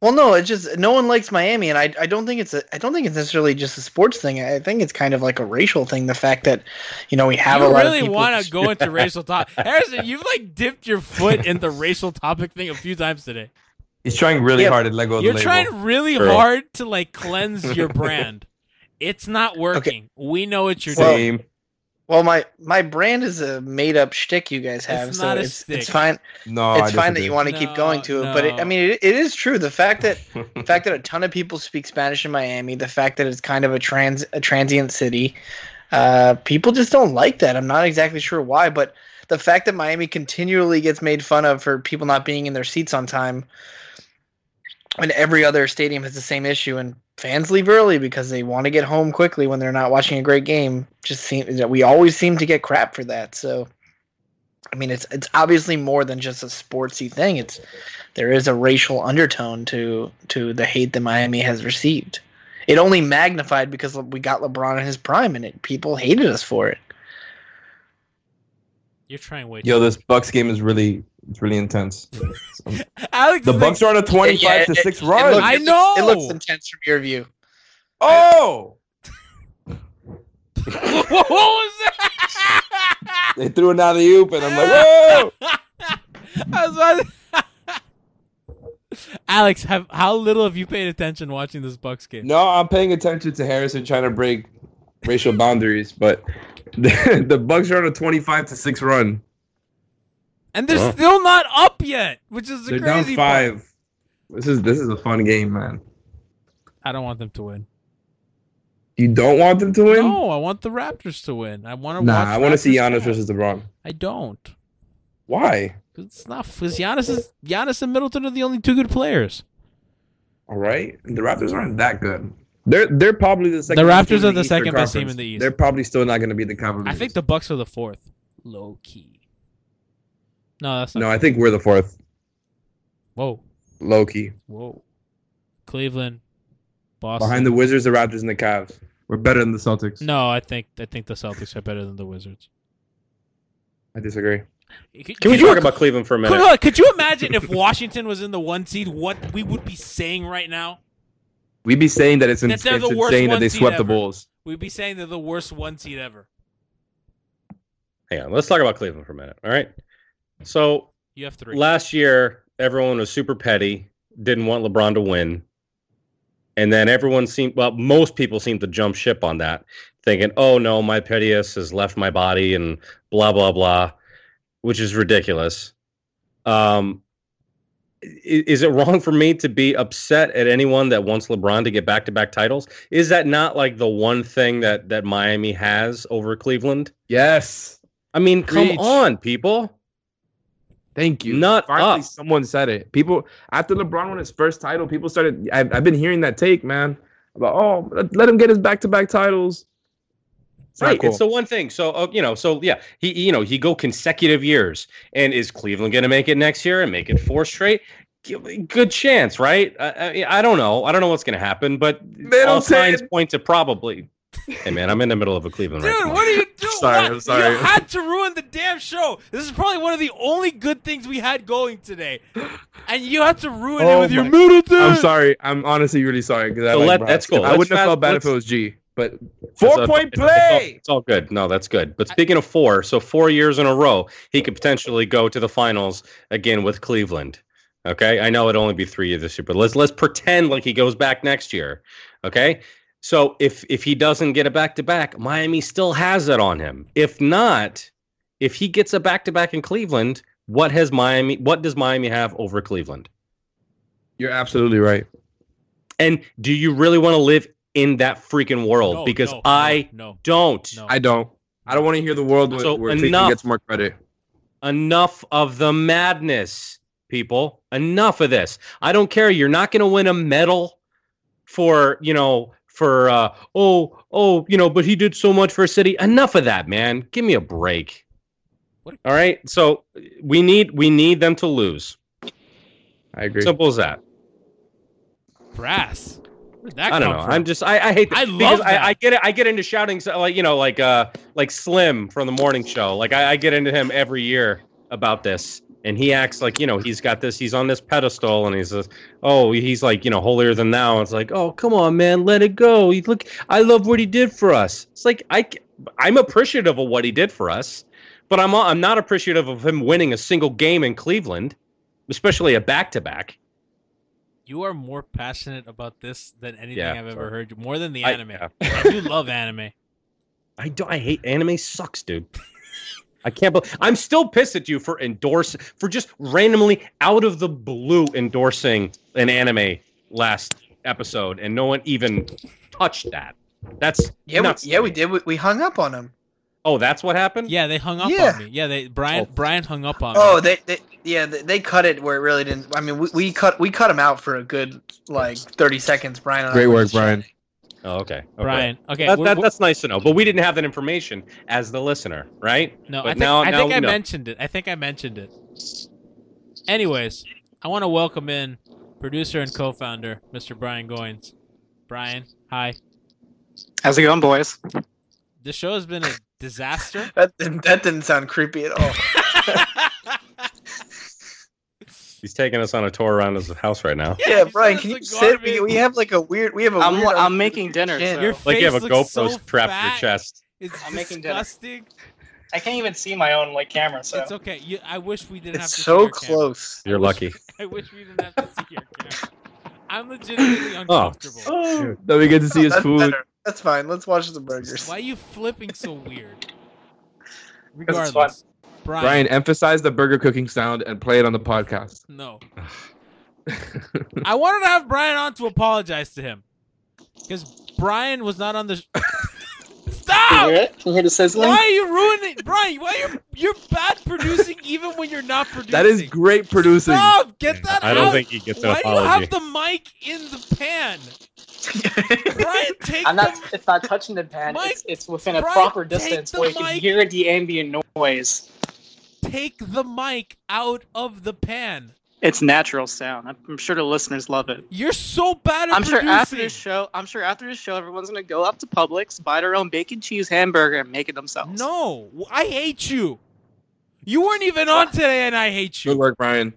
Speaker 6: Well, no, it's just no one likes Miami, and I, I don't think it's a I don't think it's necessarily just a sports thing. I think it's kind of like a racial thing. The fact that you know we have
Speaker 5: you
Speaker 6: a lot
Speaker 5: really
Speaker 6: of people.
Speaker 5: want to go into racial topic, Harrison? You've like dipped your foot in the racial topic thing a few times today.
Speaker 7: He's trying really
Speaker 5: Yeah,
Speaker 7: hard to let go of
Speaker 5: You're
Speaker 7: the label.
Speaker 5: trying really
Speaker 7: True.
Speaker 5: hard to like cleanse your brand. It's not working. We know what you're doing.
Speaker 6: Well, my my brand is a made up shtick you guys have,
Speaker 5: It's
Speaker 6: so
Speaker 5: not a
Speaker 6: it's
Speaker 5: stick.
Speaker 6: it's fine.
Speaker 7: No, Oh, I
Speaker 6: it's fine that
Speaker 7: disagree.
Speaker 6: you want to keep going to it, but it,
Speaker 5: no.
Speaker 6: I mean, it, it is true. The fact that the fact that a ton of people speak Spanish in Miami, the fact that it's kind of a trans a transient city, uh, people just don't like that. I'm not exactly sure why, but the fact that Miami continually gets made fun of for people not being in their seats on time, when every other stadium has the same issue, and fans leave early because they want to get home quickly when they're not watching a great game. Just seem that we always seem to get crap for that. So, I mean, it's it's obviously more than just a sportsy thing. It's there is a racial undertone to to the hate that Miami has received. It only magnified because we got LeBron in his prime, and it people hated us for it.
Speaker 5: You're trying way too.
Speaker 7: Yo, this Bucks game is really it's really intense.
Speaker 5: Alex,
Speaker 7: the Bucks are on a twenty-five to six run.
Speaker 6: I know. It looks intense from your view.
Speaker 7: Oh,
Speaker 5: what was that?
Speaker 7: they threw it out of oop, and I'm like,
Speaker 5: Ah!
Speaker 7: whoa!
Speaker 5: I was about to- Alex, have how little have you paid attention watching this Bucks game?
Speaker 7: No, I'm paying attention to Harrison trying to break racial boundaries, but the, the Bucks are on a twenty-five to six run.
Speaker 5: And they're
Speaker 7: Wow.
Speaker 5: still not up yet, which is the
Speaker 7: They're down
Speaker 5: crazy
Speaker 7: five.
Speaker 5: part.
Speaker 7: This is this is a fun game, man.
Speaker 5: I don't want them to win.
Speaker 7: You don't want them to win?
Speaker 5: No, I want the Raptors to win. I want to
Speaker 7: nah,
Speaker 5: watch
Speaker 7: I want to see
Speaker 5: Raptors
Speaker 7: Giannis
Speaker 5: play.
Speaker 7: versus LeBron.
Speaker 5: I don't.
Speaker 7: Why?
Speaker 5: It's not because Giannis is Giannis and Middleton are the only two good players.
Speaker 7: All right, the Raptors aren't that good. They're they're probably the second.
Speaker 5: The
Speaker 7: best
Speaker 5: Raptors
Speaker 7: team in
Speaker 5: are the
Speaker 7: Eastern
Speaker 5: second best team
Speaker 7: Conference.
Speaker 5: in the East.
Speaker 7: They're probably still not going to be the conference.
Speaker 5: I think the Bucks are the fourth. Low key. No, that's not.
Speaker 7: no, I think we're the fourth.
Speaker 5: Whoa,
Speaker 7: Low key
Speaker 5: whoa. Cleveland, Boston.
Speaker 7: behind the Wizards, the Raptors, and the Cavs. We're better than the Celtics.
Speaker 5: No, I think I think the Celtics are better than the Wizards.
Speaker 7: I disagree.
Speaker 8: Can we talk about Cleveland for a
Speaker 5: Could,
Speaker 8: minute?
Speaker 5: hold on, could you imagine if Washington was in the one seed? What we would be saying right now?
Speaker 12: We'd be saying that it's, in,
Speaker 5: That
Speaker 12: it's
Speaker 5: they're the worst
Speaker 12: insane that
Speaker 5: one
Speaker 12: they
Speaker 5: seed
Speaker 12: swept the
Speaker 5: ever.
Speaker 12: Bulls.
Speaker 5: We'd be saying they're the worst one seed ever.
Speaker 8: Hang on, let's talk about Cleveland for a minute. All right. So
Speaker 5: You have three.
Speaker 8: last year, everyone was super petty, didn't want LeBron to win. And then everyone seemed, well, most people seemed to jump ship on that, thinking, oh no, my pettiness has left my body and blah, blah, blah, which is ridiculous. Um, i- is it wrong for me to be upset at anyone that wants LeBron to get back to back titles? Is that not like the one thing that, that Miami has over Cleveland?
Speaker 12: Yes.
Speaker 8: I mean, come
Speaker 12: Preach.
Speaker 8: on, people.
Speaker 12: Thank you.
Speaker 8: Not
Speaker 12: Finally,
Speaker 8: up.
Speaker 12: someone said it. People after LeBron won his first title, people started. I've, I've been hearing that take, man. About oh, let, let him get his back-to-back titles. It's not
Speaker 8: right.
Speaker 12: cool.
Speaker 8: It's the one thing. So uh, you know. So yeah, he you know he go consecutive years, and is Cleveland going to make it next year and make it four straight? G- Good chance, right? I, I, I don't know. I don't know what's going to happen, but
Speaker 12: don't
Speaker 8: all
Speaker 12: say
Speaker 8: signs point to probably. Hey man, I'm in the middle of a Cleveland.
Speaker 5: Dude,
Speaker 8: right now.
Speaker 5: what are you doing?
Speaker 8: Sorry,
Speaker 5: What?
Speaker 8: I'm sorry.
Speaker 5: You had to ruin the damn show. This is probably one of the only good things we had going today, and you had to ruin
Speaker 8: Oh
Speaker 5: it with your
Speaker 12: my-
Speaker 5: middle.
Speaker 12: I'm sorry. I'm honestly really sorry because I
Speaker 8: So
Speaker 12: like
Speaker 8: let-
Speaker 12: Bron.
Speaker 8: that's cool.
Speaker 12: I
Speaker 8: Let's
Speaker 12: wouldn't have
Speaker 8: fast-
Speaker 12: felt bad if
Speaker 8: let's-
Speaker 12: it was G. But
Speaker 8: It's a-
Speaker 12: four-point
Speaker 8: it's all-
Speaker 12: play.
Speaker 8: It's all good. No, that's good. But speaking of four, so four years in a row, he could potentially go to the finals again with Cleveland. Okay, I know it'd only be three years this year, but let's let's pretend like he goes back next year. Okay, so if if he doesn't get a back to back, Miami still has it on him. If not, if he gets a back to back in Cleveland, what has Miami? What does Miami have over Cleveland?
Speaker 12: You're absolutely right.
Speaker 8: And do you really want to live in that freaking world?
Speaker 12: No,
Speaker 8: because
Speaker 12: no,
Speaker 8: I
Speaker 5: no.
Speaker 8: don't.
Speaker 12: I don't. I don't want to hear the world where,
Speaker 8: So
Speaker 12: where Cleveland
Speaker 8: enough.
Speaker 12: gets more credit.
Speaker 8: enough of the madness, people. Enough of this. I don't care. You're not going to win a medal for, you know, for, uh, oh, oh, you know, but he did so much for a city. Enough of that, man. Give me a break. All right. So we need, we need them to lose.
Speaker 12: I agree.
Speaker 8: Simple as that.
Speaker 5: Brass. Where'd that
Speaker 8: I don't
Speaker 5: come
Speaker 8: know.
Speaker 5: from?
Speaker 8: I'm just I, I hate that
Speaker 5: I
Speaker 8: because
Speaker 5: love
Speaker 8: I,
Speaker 5: that.
Speaker 8: I get it. I get into shouting so, like you know like uh like Slim from the morning show. Like I, I get into him every year about this, and he acts like you know he's got this. He's on this pedestal, and he's just, oh he's like you know holier than thou. It's like oh come on man, let it go. You look, I love what he did for us. It's like I c- I'm appreciative of what he did for us, but I'm I'm not appreciative of him winning a single game in Cleveland, especially a back to back.
Speaker 5: You are more passionate about this than anything
Speaker 8: Yeah,
Speaker 5: I've ever
Speaker 8: sorry.
Speaker 5: heard. More than the
Speaker 8: I-
Speaker 5: anime.
Speaker 8: yeah.
Speaker 5: I do love anime.
Speaker 8: I don't. I hate anime. Sucks, dude. I can't believe I'm still pissed at you for endorsing for just randomly out of the blue endorsing an anime last episode, and no one even touched that. That's
Speaker 6: Yeah, we,
Speaker 8: nuts.
Speaker 6: yeah, we did. We, we hung up on him.
Speaker 8: oh, that's what happened.
Speaker 5: Yeah, they hung up
Speaker 6: Yeah.
Speaker 5: on me. Yeah, they Brian Brian hung up on
Speaker 6: Oh,
Speaker 5: me.
Speaker 6: they, they yeah, they, they cut it where it really didn't. I mean, we, we cut we cut him out for a good like thirty seconds. Brian, and I
Speaker 12: Great
Speaker 6: were
Speaker 12: work,
Speaker 6: just
Speaker 12: Brian.
Speaker 8: Oh, okay. okay.
Speaker 5: Brian, okay,
Speaker 8: That-
Speaker 5: we're-
Speaker 8: that-
Speaker 5: we're-
Speaker 8: that's nice to know. But we didn't have that information as the listener, right?
Speaker 5: No,
Speaker 8: But
Speaker 5: I think,
Speaker 8: now-
Speaker 5: I,
Speaker 8: now
Speaker 5: think
Speaker 8: we
Speaker 5: I
Speaker 8: know.
Speaker 5: mentioned it. I think I mentioned it. Anyways, I want to welcome in producer and co-founder, Mr. Brian Goins. Brian, hi.
Speaker 13: How's it going, boys?
Speaker 5: The show has been a disaster.
Speaker 6: That didn't, that didn't sound creepy at all.
Speaker 8: He's taking us on a tour around his house right now.
Speaker 6: Yeah, Brian, can you sit? We, we have like a weird. We have a.
Speaker 13: I'm-
Speaker 6: weird
Speaker 13: I'm making dinner,
Speaker 6: chin.
Speaker 13: so-
Speaker 6: Your
Speaker 8: Like you have a
Speaker 13: face looks so
Speaker 8: GoPro strapped to your
Speaker 13: fat.
Speaker 8: chest.
Speaker 5: It's
Speaker 13: I'm making dinner.
Speaker 5: disgusting.
Speaker 13: I can't even see my own like camera, so
Speaker 5: It's okay. You, I wish we didn't
Speaker 6: It's
Speaker 5: have to.
Speaker 6: so
Speaker 5: share camera.
Speaker 6: close.
Speaker 8: You're lucky.
Speaker 5: I wish we didn't have to see your camera. I'm legitimately
Speaker 8: Oh,
Speaker 5: uncomfortable.
Speaker 12: That we get to see his
Speaker 6: that's
Speaker 12: food.
Speaker 6: better. That's fine. Let's watch the burgers.
Speaker 5: Why are you flipping so weird?
Speaker 6: Because it's fun.
Speaker 5: Regardless, Brian.
Speaker 12: Brian, emphasize the burger cooking sound and play it on the podcast.
Speaker 5: No. I wanted to have Brian on to apologize to him because Brian was not on the. Sh- Stop!
Speaker 13: Can you hear the sizzling?
Speaker 5: Why are you ruining, Brian? Why are you you're bad producing even when you're not producing?
Speaker 12: That is great producing.
Speaker 5: Stop! Get that
Speaker 8: I don't
Speaker 5: out.
Speaker 8: think he gets an
Speaker 5: Why do you
Speaker 8: apology.
Speaker 5: have the mic in the pan? Brian, take
Speaker 13: I'm not.
Speaker 5: the
Speaker 13: It's not touching the pan.
Speaker 5: Mike,
Speaker 13: it's, it's within a
Speaker 5: Brian,
Speaker 13: proper
Speaker 5: take
Speaker 13: distance
Speaker 5: the
Speaker 13: where you can
Speaker 5: mic.
Speaker 13: hear the ambient noise.
Speaker 5: take the mic out of the pan.
Speaker 13: It's natural sound. I'm- I'm sure the listeners love it.
Speaker 5: You're so bad at
Speaker 13: I'm sure
Speaker 5: producing.
Speaker 13: after this show, I'm sure after this show, everyone's gonna go up to Publix, buy their own bacon cheese hamburger, and make it themselves.
Speaker 5: No, I hate you. You weren't even on today, and I hate you.
Speaker 7: Good work, Brian.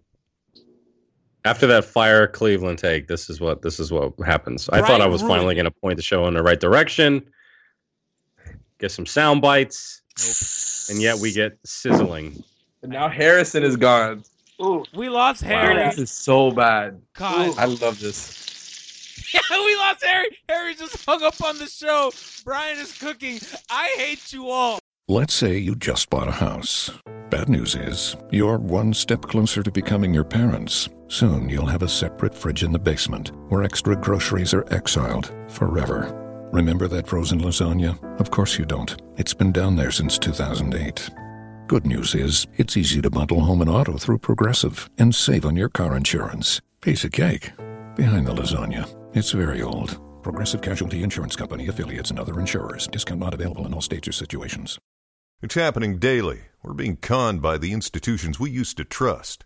Speaker 8: After that fire Cleveland take, this is what this is what happens. I thought I
Speaker 5: Brian
Speaker 8: was
Speaker 5: Ruiz.
Speaker 8: finally going to point the show in the right direction, get some sound bites, and yet we get sizzling.
Speaker 7: And now Harrison is gone.
Speaker 5: Ooh. We lost
Speaker 7: Wow,
Speaker 5: Harry.
Speaker 7: this is so bad.
Speaker 5: God.
Speaker 7: I love this.
Speaker 5: Yeah, we lost Harry. Harry just hung up on the show. Brian is cooking. I hate you all.
Speaker 14: Let's say you just bought a house. Bad news is, you're one step closer to becoming your parents. Soon you'll have a separate fridge in the basement where extra groceries are exiled forever. Remember that frozen lasagna? Of course you don't. It's been down there since 2008. Good news is, it's easy to bundle home and auto through Progressive and save on your car insurance. Piece of cake. Behind the lasagna. It's very old. Progressive Casualty Insurance Company affiliates and other insurers. Discount not available in all states or situations.
Speaker 15: It's happening daily. We're being conned by the institutions we used to trust.